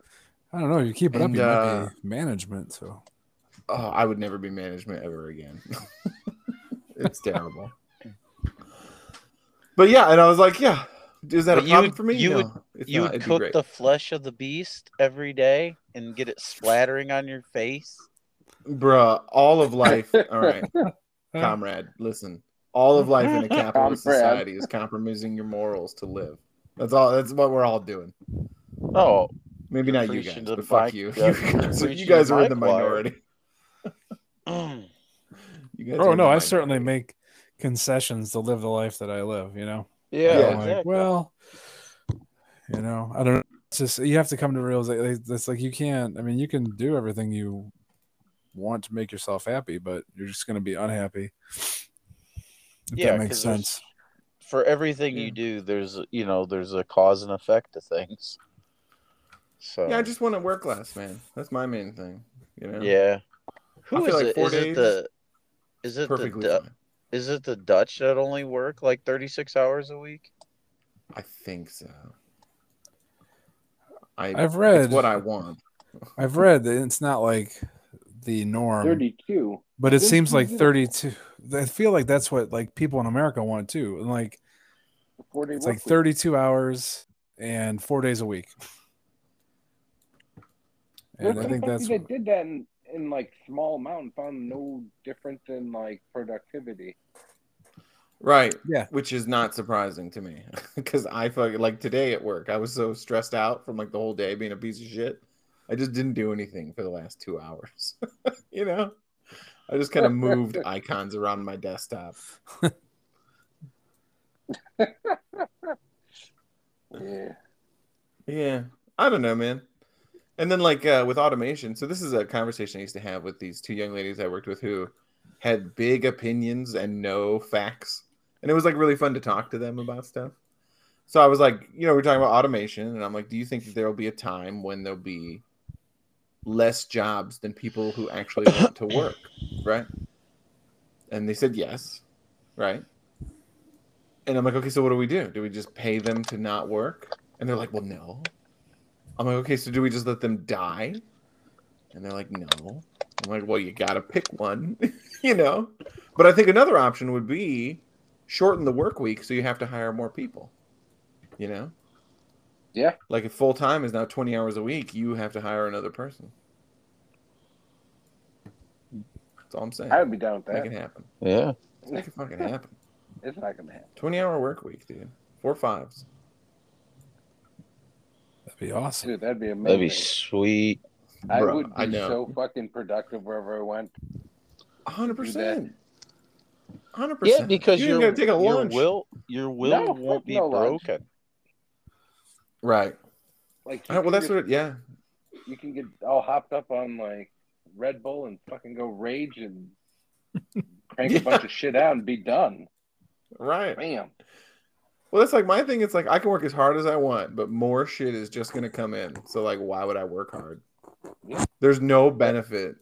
I don't know. You keep it
And,
up, you
uh,
might be management. So
Oh, I would never be management ever again. it's terrible. But yeah, and I was like, yeah, is that
But
a
you
problem
would-
for me?
you
No,
would-
it's
you
not.
would
It'd be
cook
great.
the flesh of the beast every day and get it splattering on your face.
Bruh, all of life. All right,
uh,
comrade, listen. All of life in a capitalist
Comrade.
society is compromising your morals to live. That's all. That's what we're all doing.
Oh,
Maybe
You're
not you guys,
preaching to
but
the
fuck
mic-
you.
yeah,
You
you're
guys,
preaching
you guys
to
are
my
in the
choir.
minority.
I
You guys are
oh
in the
no, I
minority.
certainly make concessions to live the life that I live. You know,
Yeah,
I'm
Yeah.
like,
exactly.
well, you know, I don't. It's just you have to come to realize that's like you can't. I mean, you can do everything you want to make yourself happy, but you're just going to be unhappy. If
Yeah,
that makes
'cause there's-
sense.
for everything
Yeah.
you do, there's a- you know there's a cause and effect to things. So
Yeah, I just want to work less, man. That's my main thing. You know.
yeah. Who
feel
is
like
it?
four
Is it
days-
the is it the
Perfectly
Du-
fine.
is it the Dutch that only work like thirty six hours a week?
I think so. I,
I've read.
It's what I want.
I've read that it's not like the norm.
32.
But it
Then
seems
you
like
get it.
32. I feel like that's what like people in America want too. And like
40
it's like 32 hours and four days a week. And I think that's
They did that in, in like small amount and found no difference in like productivity.
Right.
Yeah.
Which is not surprising to me because I fucking like today at work, I was so stressed out from like the whole day being a piece of shit. I just didn't do anything for the last two hours. you know, I just kind of moved icons around my desktop.
Yeah.
Yeah. I don't know, man. And then like uh, with automation, so this is a conversation I used to have with these two young ladies I worked with who had big opinions and no facts. And it was like really fun to talk to them about stuff. So I was like, you know, we're talking about automation, and I'm like, do you think that there'll be a time when there'll be less jobs than people who actually want to work, right? And they said yes, right? And I'm like, okay, so what do we do? Do we just pay them to not work? And they're like, well, no. I'm like, okay, so do we just let them die? And they're like, no. I'm like, well, you gotta pick one, you know? But I think another option would be shorten the work week so you have to hire more people, you know?
Yeah.
Like if full time is now 20 hours a week, you have to hire another person. That's all I'm saying.
I would be down with
Make it
that.
happen.
Yeah.
Make it fucking happen.
It's not going to happen.
20 hour work week, dude. Four fives.
that'd be awesome.
Dude, that'd be amazing.
That'd be sweet.
I
Bruh,
would be
I know.
so fucking productive wherever I went.
A hundred
do that.
percent. A Hundred percent.
Yeah, because
you
you're
ain't gotta take a
your
lunch.
will your will
No,
won't
fuck
be
no lunch.
broken.
Right.
Like,
All right, Uh,
you
well,
can
that's
get-
what. It, yeah.
you can get all hopped up on like Red Bull and fucking go rage and crank a bunch of shit out and be done.
Right.
Bam.
Well, that's like my thing. It's like I can work as hard as I want, but more shit is just going to come in. So, like, why would I work hard?
Yeah.
There's no benefit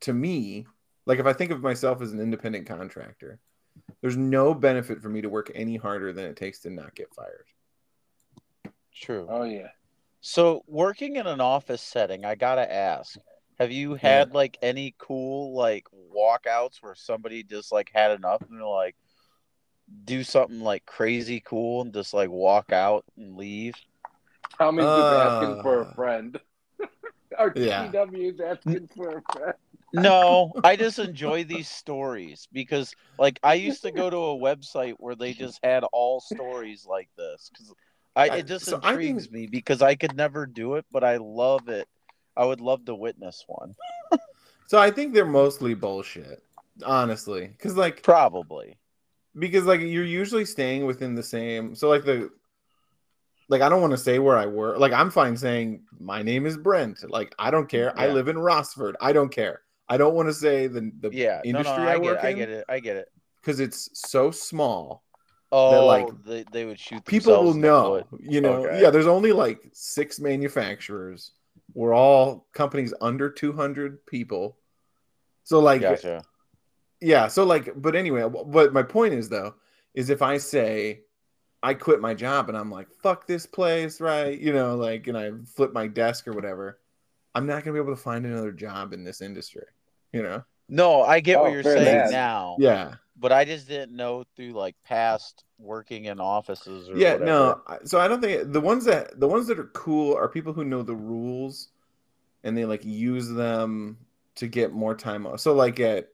to me. Like, if I think of myself as an independent contractor, there's no benefit for me to work any harder than it takes to not get fired.
True.
Oh yeah.
So, working in an office setting, I gotta ask: Have you had like any cool like walkouts where somebody just like had enough and they're like, do something like crazy cool and just like walk out and leave?
Tommy's just asking
Uh,
for a friend. Our
yeah.
TW is asking for a friend.
No, I just enjoy these stories because like I used to go to a website where they just had all stories like this because I
I-
it just
so I think-
intrigues me because I could never do it, but I love it. I would love to witness one,
So, I think they're mostly bullshit, honestly. Because, like,
probably.
because like you're usually staying within the same so like the like i don't want to say where i work like i'm fine saying my name is brent like i don't care i
Yeah.
live in rossford i don't care i don't want to say the, the
yeah no,
industry
no,
i,
I, get
work
it, I
in
get it i get it
because it's so small
oh
like,
they, they would shoot
people will
themselves in the
know
foot.
you know
Okay.
yeah there's only like six manufacturers we're all companies under 200 people so like
gotcha
yeah so like but anyway w- but my point is though is if i say i quit my job and i'm like fuck this place right you know like and i flip my desk or whatever i'm not going to be able to find another job in this industry you know
no i get
Oh,
what you're
fair
saying
enough.
now
yeah
but i just didn't know through like past working in offices or
yeah
whatever.
no I- so i don't think the ones that the ones that are cool are people who know the rules and they like use them to get more time off so like at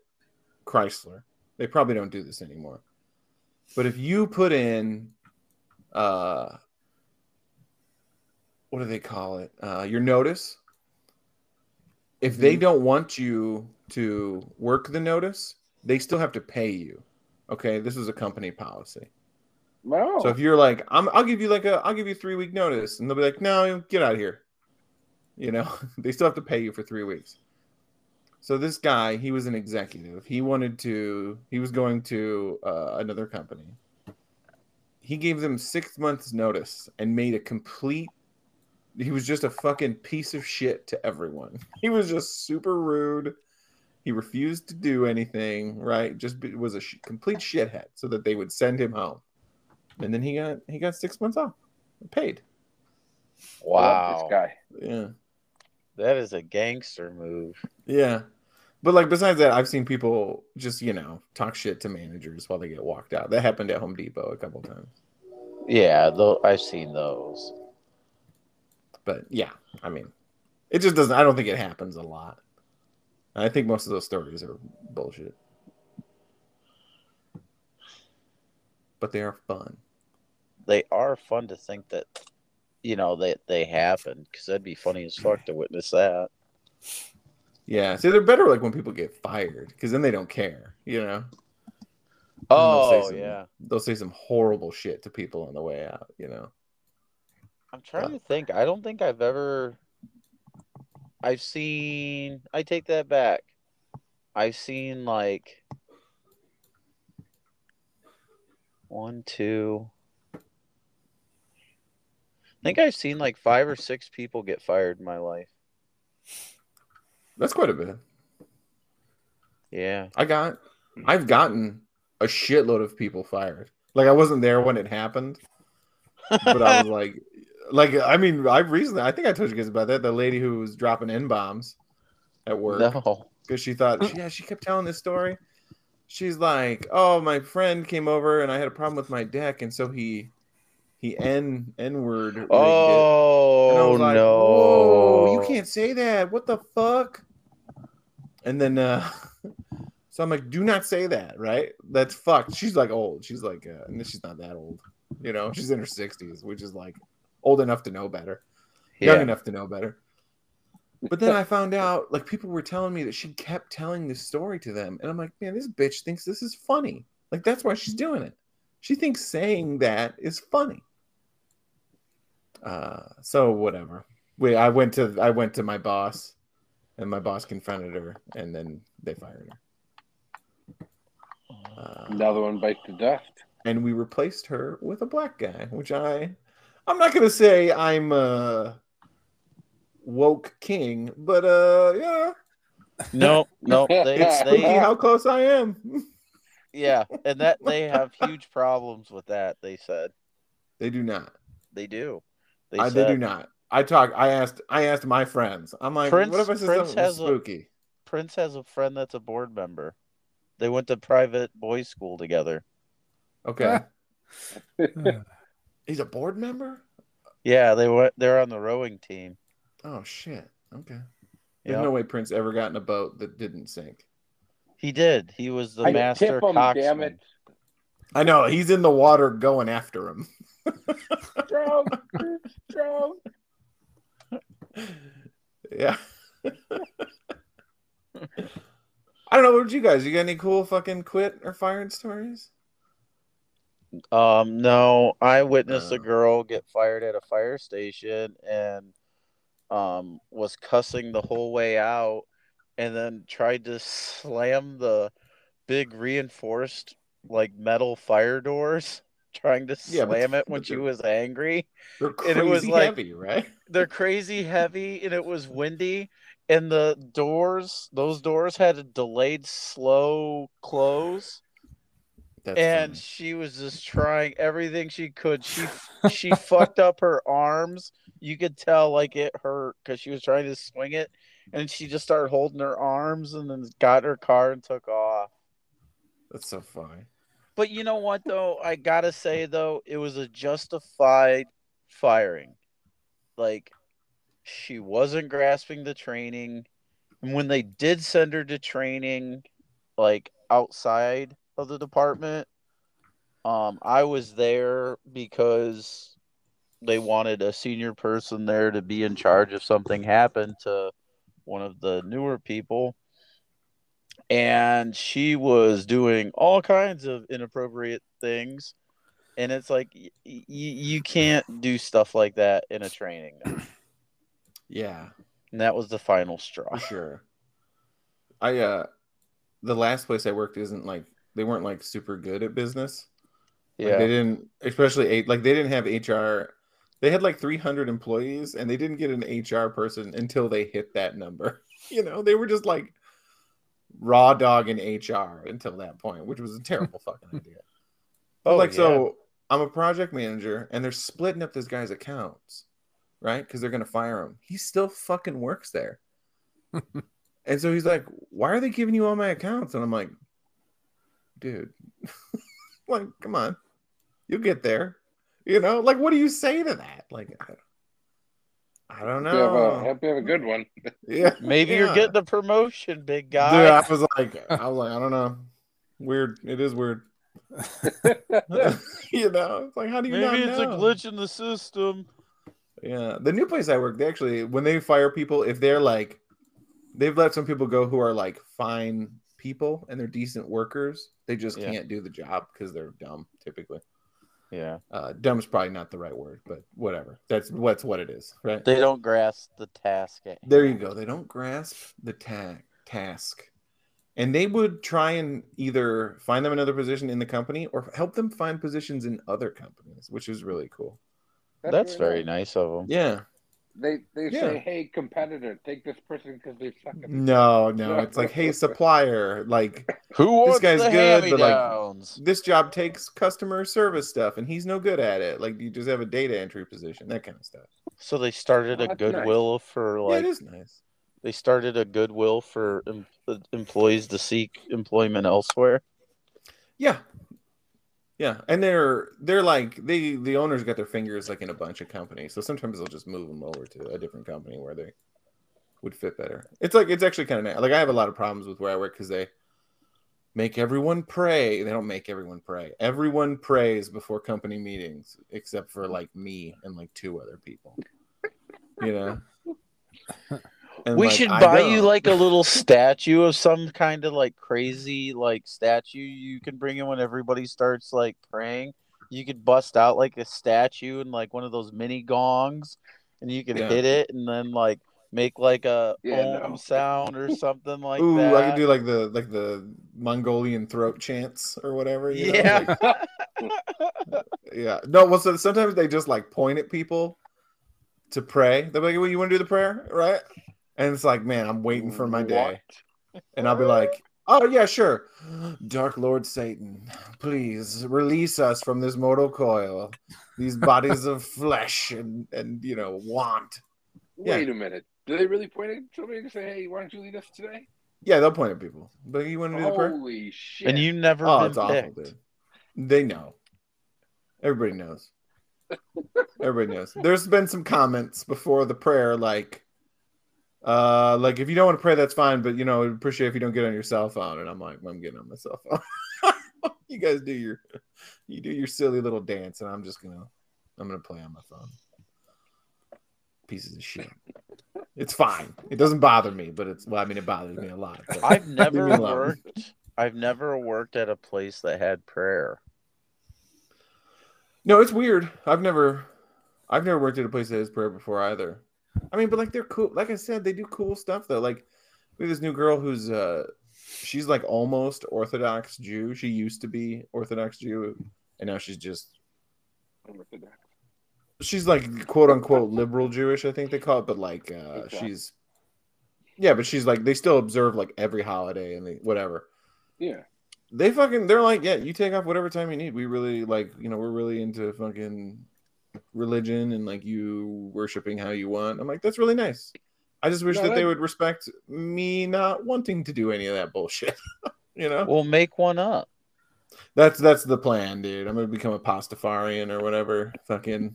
chrysler they probably don't do this anymore but if you put in uh what do they call it uh your notice if they
Mm-hmm.
don't want you to work the notice they still have to pay you okay this is a company policy
No.
so if you're like, I'm, I'll give you like a, I'll give you three week notice, and they'll be like, no, get out of here. You know, they still have to pay you for three weeks. So this guy, he was an executive. He wanted to, he was going to uh, another company. He gave them six months notice and made a complete. He was just a fucking piece of shit to everyone. He was just super rude. He refused to do anything. Right, just be, was a sh- complete shithead, so that they would send him home and then he got he got six months off, paid.
Love
wow
This guy.
Yeah,
that is a gangster move
yeah. But like besides that, I've seen people just you know talk shit to managers while they get walked out. That happened at Home Depot a couple times.
yeah though i've seen those
But yeah, I mean, it just doesn't. I don't think it happens a lot. I think most of those stories are bullshit. But they are fun.
they are fun to think that you know that they happen because that'd be funny as fuck to witness that
Yeah. See, they're better like when people get fired because then they don't care. You know, gonna say
oh
something.
yeah
they'll say some horrible shit to people on the way out. You know.
I'm trying to think. I don't think I've ever. I've seen. I take that back. I've seen like one, two. I think I've seen like five or six people get fired in my life.
That's quite a bit.
Yeah.
I got, I've gotten a shitload of people fired. Like I wasn't there when it happened, but I was like, like I mean, I recently, I think I told you guys about that. The lady who was dropping n bombs at work
No.
because she thought, yeah, she kept telling this story. She's like, oh, my friend came over and I had a problem with my deck, and so he, he n n word. And I
Oh
was like,
no!
Whoa, you
Oh,
can't say that. What the fuck? And then uh so I'm like, do not say that, right? That's fucked. She's like old. She's like uh and she's not that old. You know, she's in her sixties, which is like old enough to know better. Young
Yeah.
enough to know better. But then I found out like people were telling me that she kept telling this story to them, and I'm like, man, this bitch thinks this is funny. Like that's why she's doing it. She thinks saying that is funny. Uh, so whatever. We I went to I went to my boss, and my boss confronted her, and then they fired her. Uh,
Another one bites the dust.
and we replaced her with a black guy, which I, I'm not gonna say I'm a woke king, but uh, yeah,
No, no, they,
It's
spooky
they,
how close I am.
yeah, and that they have huge problems with that. They said
they do not.
they do. They
I,
said
they do not. I talk. I asked. I asked my friends. I'm like,
Prince-
what if I said
Prince
something
has a-
spooky?
Prince has a friend that's a board member. They went to private boys' school together.
Okay,
Uh,
he's a board member.
Yeah, they went. They're on the rowing team.
Oh shit. Okay. There's
Yeah,
no way Prince ever got in a boat that didn't sink.
he did. He was the
I
master
tip 'em, damn
coxman.
it.
I know he's in the water going after him.
Stroke, stroke.
yeah. I don't know. What about you guys? You got any cool fucking quit or firing stories?
Um, no, I witnessed
Oh.
a girl get fired at a fire station and um was cussing the whole way out and then tried to slam the big reinforced like metal fire doors, trying to
Yeah, but-
slam it when
but
she
they're-
was angry.
They're
And
crazy
it was like-
heavy, right?
They're crazy heavy and it was windy and the doors, those doors had a delayed slow close
That's
and
funny.
she was just trying everything she could. She she fucked up her arms. You could tell like it hurt because she was trying to swing it, and she just started holding her arms, and then got in her car and took off.
that's so funny.
But you know what though, I gotta say though, it was a justified firing. Like she wasn't grasping the training, and when they did send her to training, like outside of the department, um, I was there because they wanted a senior person there to be in charge if something happened to one of the newer people. And she was doing all kinds of inappropriate things. And it's like, y- y- you can't do stuff like that in a training. now.
Yeah.
And that was the final straw.
For sure. I uh the last place I worked isn't like they weren't like super good at business. Like,
Yeah.
they didn't especially eight like they didn't have HR they had like 300 employees and they didn't get an HR person until they hit that number. You know, they were just like raw dog in HR until that point, which was a terrible fucking idea. But, like so I'm a project manager and they're splitting up this guy's accounts, right? Because they're gonna fire him. He still fucking works there. and so he's like, Why are they giving you all my accounts? And I'm like, dude, like, come on. You'll get there. You know, like what do you say to that? Like I, I don't
Hope you have a-
know.
hope you have a good one.
Yeah.
Maybe
yeah.
you're getting a promotion, big guy.
Dude, I was like, I was like, I don't know. Weird. It is weird. you know, it's like, how do you not
Maybe it's
know?
a glitch in the system.
Yeah, the new place I work, they actually when they fire people, if they're like, they've let some people go who are like fine people and they're decent workers, they just
Yeah.
can't do the job because they're dumb. Typically,
Yeah.
uh, dumb is probably not the right word, but whatever. That's what's what it is, right?
They don't grasp the task. at
there you go. They don't grasp the ta- task, and they would try and either find them another position in the company or help them find positions in other companies, which is really cool.
That's very nice
nice.
of them.
Yeah.
They they
Yeah.
say, "Hey, competitor, take this person because they suck." at this."
No, no, it's like, hey, supplier, like.
Who wants
guy's
the
good, but, like-
hand-me-downs?
this job takes customer service stuff and he's no good at it like you just have a data entry position that kind of stuff
So they started
Oh,
a
that's
goodwill for like
yeah, it is nice
they started a goodwill for em- uh, employees to seek employment elsewhere.
yeah yeah and they're they're like they the owners got their fingers like in a bunch of companies so sometimes they'll just move them over to a different company where they would fit better it's like it's actually kind of nice like i have a lot of problems with where i work because they make everyone pray they don't make everyone pray everyone prays before company meetings except for like me and like two other people you know And,
we
like,
should
I
buy
don't.
you like a little statue of some kind of like crazy like statue you can bring in when everybody starts like praying. You could bust out like a statue and like one of those mini gongs and you could
Yeah.
hit it and then like make like a
Yeah,
om
no.
sound or something like
Ooh,
that.
I could do like the like the Mongolian throat chants or whatever. you know?
yeah.
Like, yeah. No, well, so sometimes they just like point at people to pray. They're like, "Well, you want to do the prayer, right?" And it's like, man, I'm waiting for my day, and I'll be like, "Oh yeah, sure." Dark Lord Satan, please release us from this mortal coil, these bodies of flesh and and you know want. Yeah.
Wait a minute. Do they really point at somebody and say, "Hey, why don't you lead us today"?
Yeah, they'll point at people. But you want to do the prayer?
Holy shit!
And you never
Oh,
been
it's awful,
picked.
dude. They know. Everybody knows. Everybody knows. There's been some comments before the prayer, like, uh, like if you don't want to pray, that's fine. But you know, I'd appreciate if you don't get on your cell phone. And I'm like, I'm getting on my cell phone. you guys do your, you do your silly little dance, and I'm just gonna, I'm gonna play on my phone. Pieces of shit. It's fine. It doesn't bother me, but it's well, I mean, it bothers me a lot. but-
I've
Leave
never
me alone.
worked. I've never worked at a place that had prayer.
No, it's weird. I've never, I've never worked at a place that has prayer before either. I mean, but like they're cool. Like I said, they do cool stuff though. Like we have this new girl who's, uh, she's like almost Orthodox Jew. She used to be Orthodox Jew, and now she's just, she's like quote unquote liberal Jewish. I think they call it, but like uh,
Okay.
she's, yeah, but she's like they still observe like every holiday and they, whatever.
Yeah.
They fucking, they're like, yeah, you take off whatever time you need. We really like, you know, we're really into fucking religion and like you worshiping how you want. I'm like, that's really nice. I just wish
No,
that they
that-
would respect me not wanting to do any of that bullshit. you know,
We'll make one up.
that's that's the plan, dude. I'm gonna become a pastafarian or whatever. Fucking,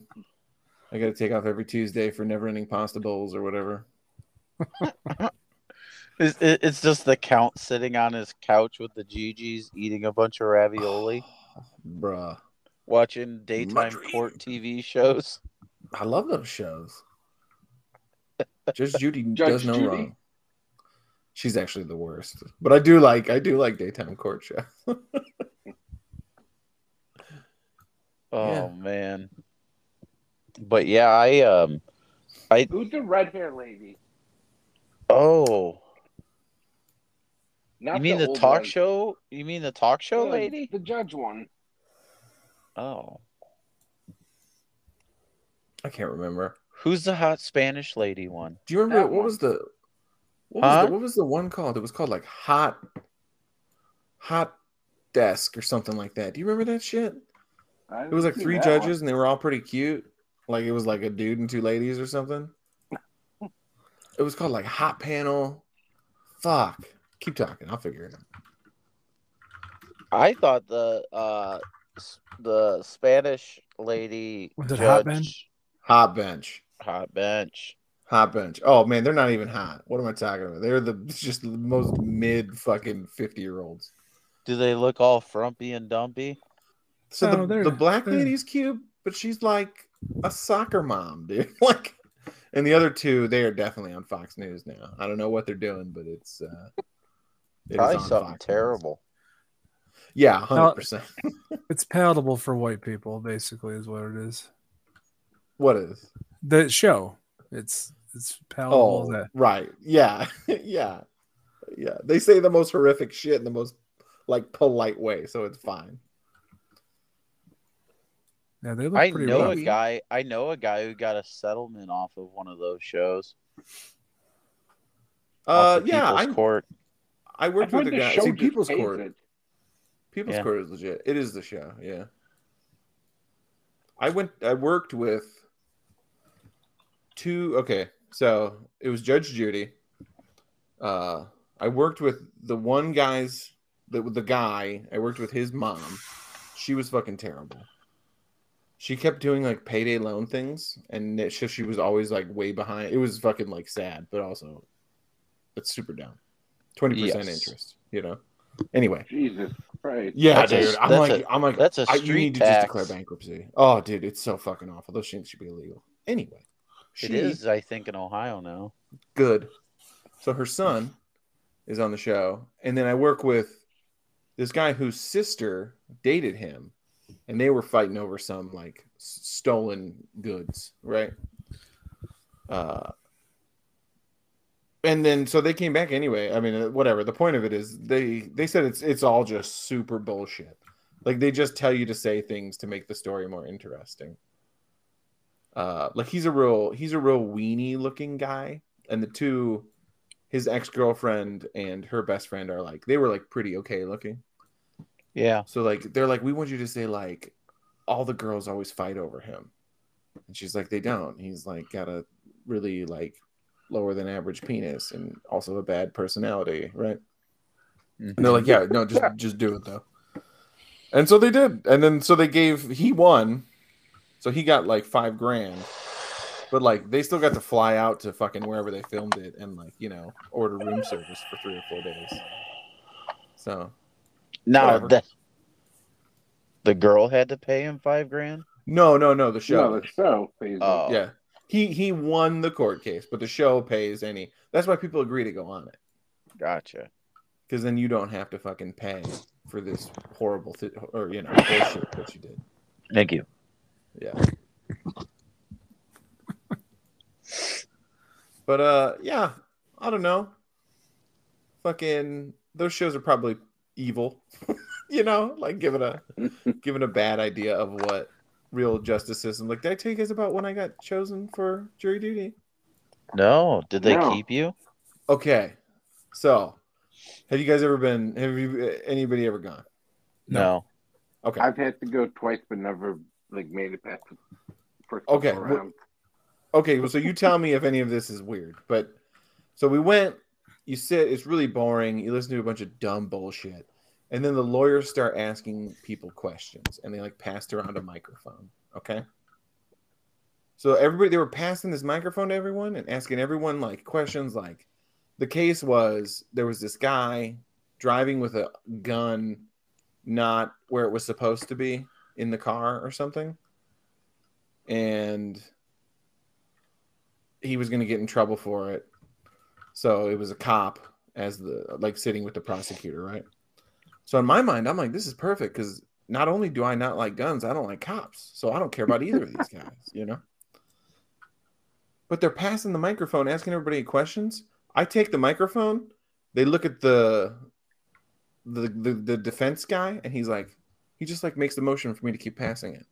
I gotta take off every Tuesday for never-ending pasta bowls or whatever.
It's, it- it's just the count sitting on his couch with the Gigi's eating a bunch of ravioli,
Bruh,
watching daytime
dream.
court TV shows.
I love those shows. Just Judy
Judge
does no
Judy?
wrong. She's actually the worst, but I do like I do like daytime court show.
Oh
Yeah.
man. But yeah, I um
Who's the red hair lady?
oh
Not
you mean the,
old
talk
one.
show? You mean the talk show
Yeah,
lady?
The judge one.
Oh.
I can't remember.
Who's the hot Spanish lady one?
Do you remember
That
what was the what was,
Huh?
the what was the one called? It was called like hot hot desk or something like that. Do you remember that shit?
I
It was like
haven't seen
three
that
judges and they were all pretty cute. Like it was like a dude and two ladies or something. it was called like hot panel. Fuck. Keep talking. I'll figure it out.
I thought the uh s- the Spanish lady
Was it
judge
Hot Bench?
Hot bench.
hot bench.
Hot bench. Oh man, they're not even hot. What am I talking about? They're the just the most mid fucking fifty year olds.
Do they look all frumpy and dumpy?
So
No,
the,
Oh, they're-
the black
they're-
lady's cute, but she's like a soccer mom, dude. like, and the other two, they are definitely on Fox News now. I don't know what they're doing, but it's uh, it is
Probably
on
something
Fox News.
terrible.
Yeah, hundred percent.
It's palatable for white people, basically, is what it is.
What is?
The show. It's it's palatable.
Oh,
that
right. Yeah, yeah, yeah. They say the most horrific shit in the most like polite way, so it's fine.
yeah, they look
I
pretty
know
rough.
a guy I know a guy who got a settlement off of one of those shows.
Uh,
off the
yeah,
People's
I,
court.
I
one.
worked
I
with a
heard the
guy.
show
See,
just
People's
pays
Court.
it.
People's
Yeah.
Court is legit. It is the show. Yeah. I went. I worked with two. Okay, so it was Judge Judy. Uh, I worked with the one guy's the the guy. I worked with his mom. She was fucking terrible. She kept doing like payday loan things, and it, she, she was always like way behind. It was fucking like sad, but also it's super down. Twenty percent
Yes.
interest. You know. Anyway.
Jesus Christ.
Yeah,
That's a-
dude. i I'm
that's
like, i I'm like,
that's a
I-
street
you need
tax.
to just declare bankruptcy. Oh, dude, it's so fucking awful. Those things should be illegal. Anyway,
It is, I think, in Ohio now.
good. So her son is on the show, and then I work with this guy whose sister dated him, and they were fighting over some like s- stolen goods, right? Uh, and then so they came back anyway. I mean, uh, whatever. The point of it is they they said it's it's all just super bullshit. Like they just tell you to say things to make the story more interesting. Uh, like he's a real he's a real weenie looking guy, and the two, his ex girlfriend and her best friend are like they were like pretty okay looking.
Yeah.
So like they're like, we want you to say like all the girls always fight over him. And she's like, they don't. He's like got a really like lower than average penis and also a bad personality, right?
Mm-hmm.
And they're like, yeah, no, just just do it though. And so they did. And then so they gave he won. So he got like five grand. But like they still got to fly out to fucking wherever they filmed it and like, you know, order room service for three or four days. So
Now
Whatever.
the the girl had to pay him five grand.
no, no, no, the show.
No, the show pays.
Oh,
Yeah. He he won the court case, but the show pays any. That's why people agree to go on it
gotcha.
because then you don't have to fucking pay for this horrible th- or you know bullshit that you did.
Thank you.
Yeah. but uh, yeah, I don't know. Fucking those shows are probably evil. you know, like giving a giving a bad idea of what real justice system. Like, did I tell you guys about when I got chosen for jury duty?
No, did they
No.
keep you?
Okay, so have you guys ever been? Have you anybody ever gone?
No.
No.
Okay,
I've had to go twice, but never like made it past the first
Okay,
go around.
Okay, well, so you tell me if any of this is weird. But so we went, you sit, it's really boring. You listen to a bunch of dumb bullshit. And then the lawyers start asking people questions and they like passed around a microphone. Okay. So everybody, they were passing this microphone to everyone and asking everyone like questions like the case was there was this guy driving with a gun not where it was supposed to be in the car or something. And he was going to get in trouble for it. So it was a cop as the like sitting with the prosecutor, right? So in my mind, I'm like, this is perfect because not only do I not like guns, I don't like cops. So I don't care about either of these guys, you know? But they're passing the microphone, asking everybody questions. I take the microphone. They look at the the the, the defense guy, and he's like, he just like makes the motion for me to keep passing it.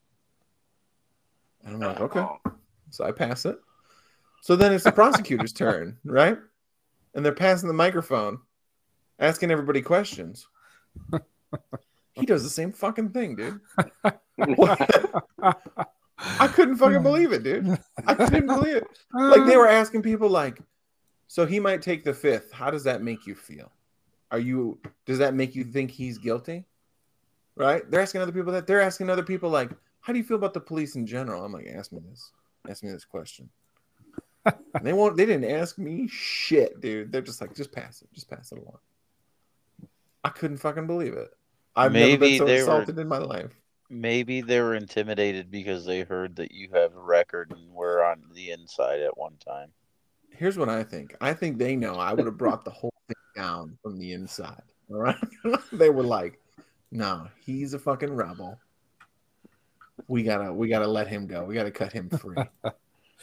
And I'm like, okay.
Oh,
So I pass it. So then it's the prosecutor's turn, right? And they're passing the microphone, asking everybody questions. He does the same fucking thing, dude. I couldn't fucking believe it, dude. I couldn't believe it.
Ah,
Like
Mm.
they were asking people like, so he might take the fifth. How does that make you feel? Are you does that make you think he's guilty? Right? They're asking other people that. They're asking other people like, how do you feel about the police in general? I'm like, ask me this. Ask me this question. And they won't they didn't ask me shit, dude. They're just like, just pass it, just pass it along. I couldn't fucking believe it. I've never
Maybe
been so
they were-
insulted in my life.
Maybe they were intimidated because they heard that you have a record and were on the inside at one time.
Here's what I think. I think they know I would have brought the whole thing down from the inside. All right. they were like, no, he's a fucking rebel. We gotta we gotta let him go. We gotta cut him free.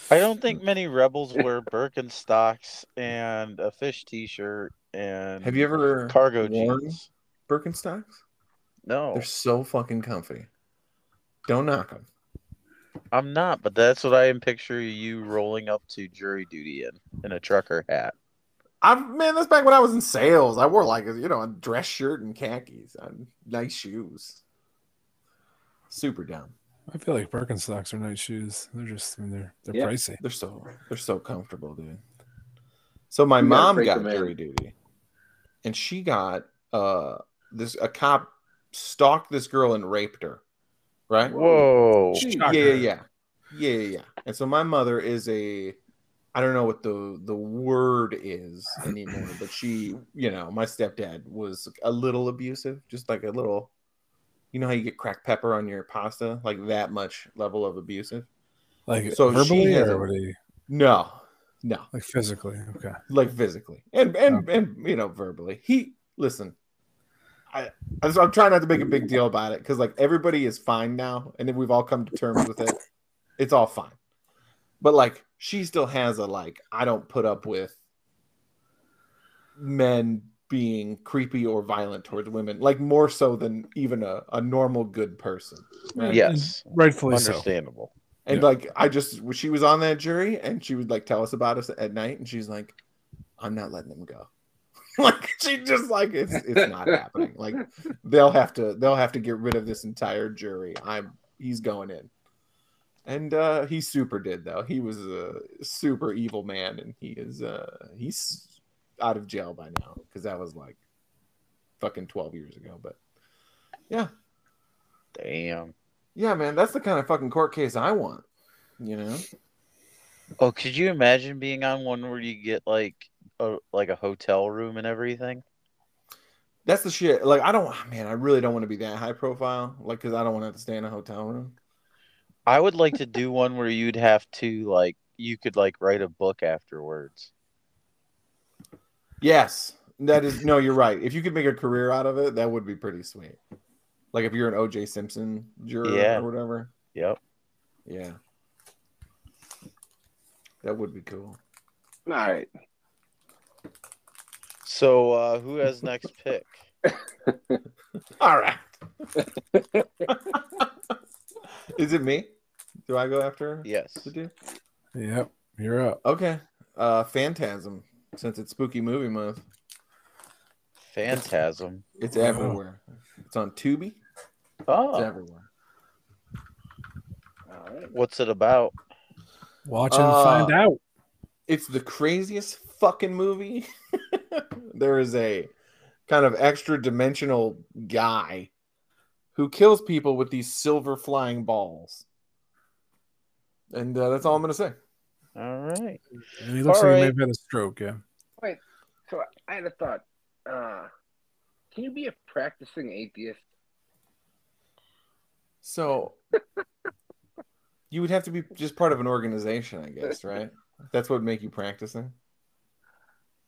I don't think many rebels wear Birkenstocks and a fish T-shirt and
Have you ever
cargo
worn
jeans.
Birkenstocks?
No,
They're so fucking comfy. Don't knock them.
I'm not. But that's what I am picturing you rolling up to jury duty in in a trucker hat.
I man, that's back when I was in sales. I wore like a, you know a dress shirt and khakis, and nice shoes. Super dumb.
I feel like Birkenstocks are nice shoes. They're just, I mean, they're they're
Yeah.
pricey.
They're so they're so comfortable, dude. So my
You gotta
mom
break
got
them in.
jury duty, and she got uh this a cop stalked this girl and raped her, right?
Whoa!
Jeez.
Yeah,
Shocker.
yeah, yeah, yeah, yeah, yeah. And so my mother is a, I don't know what the the word is anymore, but she, you know, my stepdad was a little abusive, just like a little, you know how you get cracked pepper on your pasta, like that much level of abusive.
Like
So she
verbally
has a-
or what do you-
No, no,
like physically? Okay.
like physically and and and you know verbally. He listen. I, I just- I'm trying not to make a big deal about it because like everybody is fine now, and then we've all come to terms with it. It's all fine, but like she still has a like I don't put up with men being creepy or violent towards women, like more so than even a, a normal good person. right?
Yes,
Rightfully so.
understandable.
And
Yeah.
like I just she was on that jury and she would like tell us about us at night and she's like, I'm not letting them go. like she just like it's it's not happening. Like they'll have to they'll have to get rid of this entire jury. I'm he's going in. And uh he super did though. He was a super evil man and he is uh he's out of jail by now because that was like fucking 12 years ago but
Damn.
yeah man that's the kind of fucking court case i want you know
Oh, could you imagine being on one where you get like a like a hotel room and everything?
That's the shit. Like, I don't, ah, man, I really don't want to be that high profile. Like, cause I don't want to have to stay in a hotel room.
I would like to do one where you'd have to like you could like write a book afterwards.
Yes, that is. No, you're right. If you could make a career out of it, that would be pretty sweet. Like if you're an OJ Simpson juror
Yeah.
or whatever.
Yep.
Yeah, that would be cool.
All right.
So uh who has next pick?
All right. is it me? Do I go after?
Yes.
the dude?
Yep, you're up.
Okay. Uh, Phantasm. Since it's spooky movie month.
Phantasm.
It's
Wow.
everywhere. It's on Tubi. It's
Oh.
everywhere.
All right.
What's it about?
Watch and
Uh,
find out.
It's the craziest fucking movie. there is a kind of extra dimensional guy who kills people with these silver flying balls. And uh, that's all I'm going to say.
All right.
And he looks
all
like
right.
he may have had a stroke. Yeah.
So I had a thought. Uh, can you be a practicing atheist?
So you would have to be just part of an organization, I guess, right? That's what would make you practicing.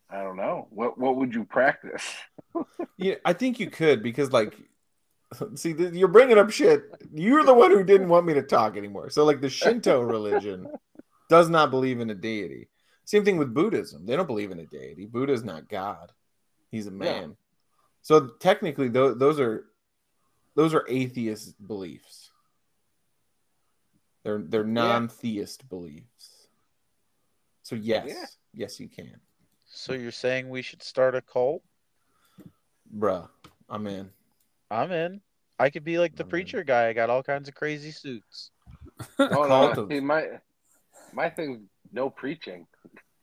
I don't know. What What would you practice?
Yeah, I think you could because, like, see, th- you're bringing up shit. You're the one who didn't want me to talk anymore. So, like, the Shinto religion does not believe in a deity. Same thing with Buddhism. They don't believe in a deity. Buddha is not God. He's a man. So technically, those those are those are atheist beliefs. They're they're non-theist beliefs. So yes,
Yeah.
yes, you can,
So you're saying we should start a cult?
bruh. I'm in.
I'm in. I could be like the
I'm in.
preacher guy. I got all kinds of crazy suits.
Oh,
cult
no.
of-
See, my my thing's no preaching.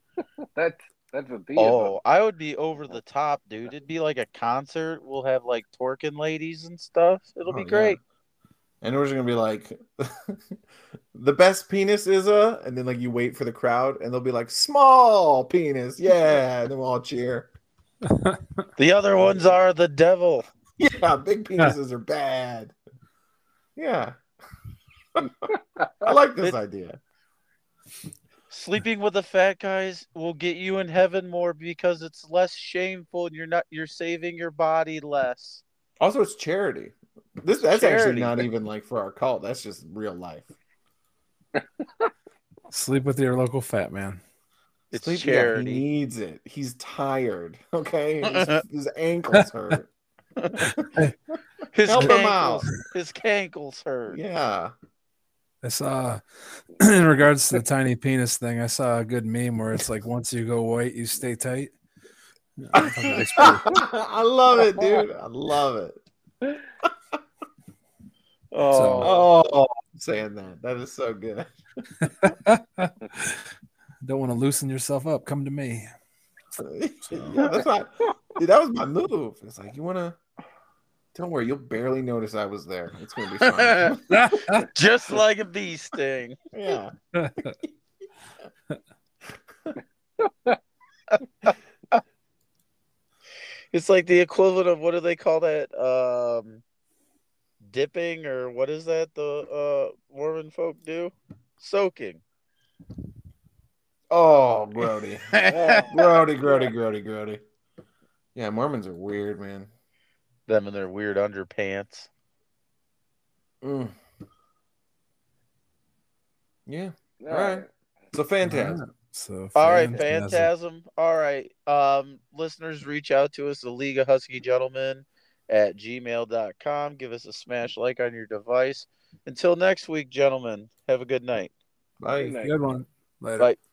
that's that's a deism.
Oh, I would be over the top, dude. It'd be like a concert. We'll have like twerking ladies and stuff. It'll
Oh,
be
yeah.
great.
And we're just gonna be like, the best penis is a, and then like you wait for the crowd, and they'll be like, small penis, yeah, and then we'll all cheer.
The other ones are the devil.
Yeah, big penises are bad. Yeah, I like this
It-
idea.
Sleeping with the fat guys will get you in heaven more because it's less shameful and you're not you're saving your body less.
Also, it's charity. This that's actually
Charity.
not even like for our cult. That's just real life.
Sleep with your local fat man.
It's
Sleepy, yeah,
charity.
he needs it. He's tired. Okay, his, his ankles hurt.
his
Help him
cankles, his cankles hurt.
Yeah.
I saw, in regards to the tiny penis thing, I saw a good meme where it's like, once you go white, you stay tight. I thought that was pretty-
I love it, dude. I love it.
Oh,
Oh, I'm saying that. That is so good.
Don't want to loosen yourself up. Come to me.
yeah, that's not, dude, that was my move. It's like, you want to, don't worry, you'll barely notice I was there. It's going to be fine.
just like a bee sting.
yeah.
It's like the equivalent of what do they call that? Um, dipping or what is that the uh, Mormon folk do? Soaking.
Oh, Grody. Grody, Grody, Grody, Grody. Yeah, Mormons are weird, man.
Them and their weird underpants.
Mm. Yeah.
All
All right. So, Phantasm.
So
All right,
Phantasm.
Phantasm. All right. Um, listeners, reach out to us, the League of Husky Gentlemen at gmail.com. Give us a smash like on your device. Until next week, gentlemen, have a good night.
Bye.
Good night.
Good one. Later.
Bye.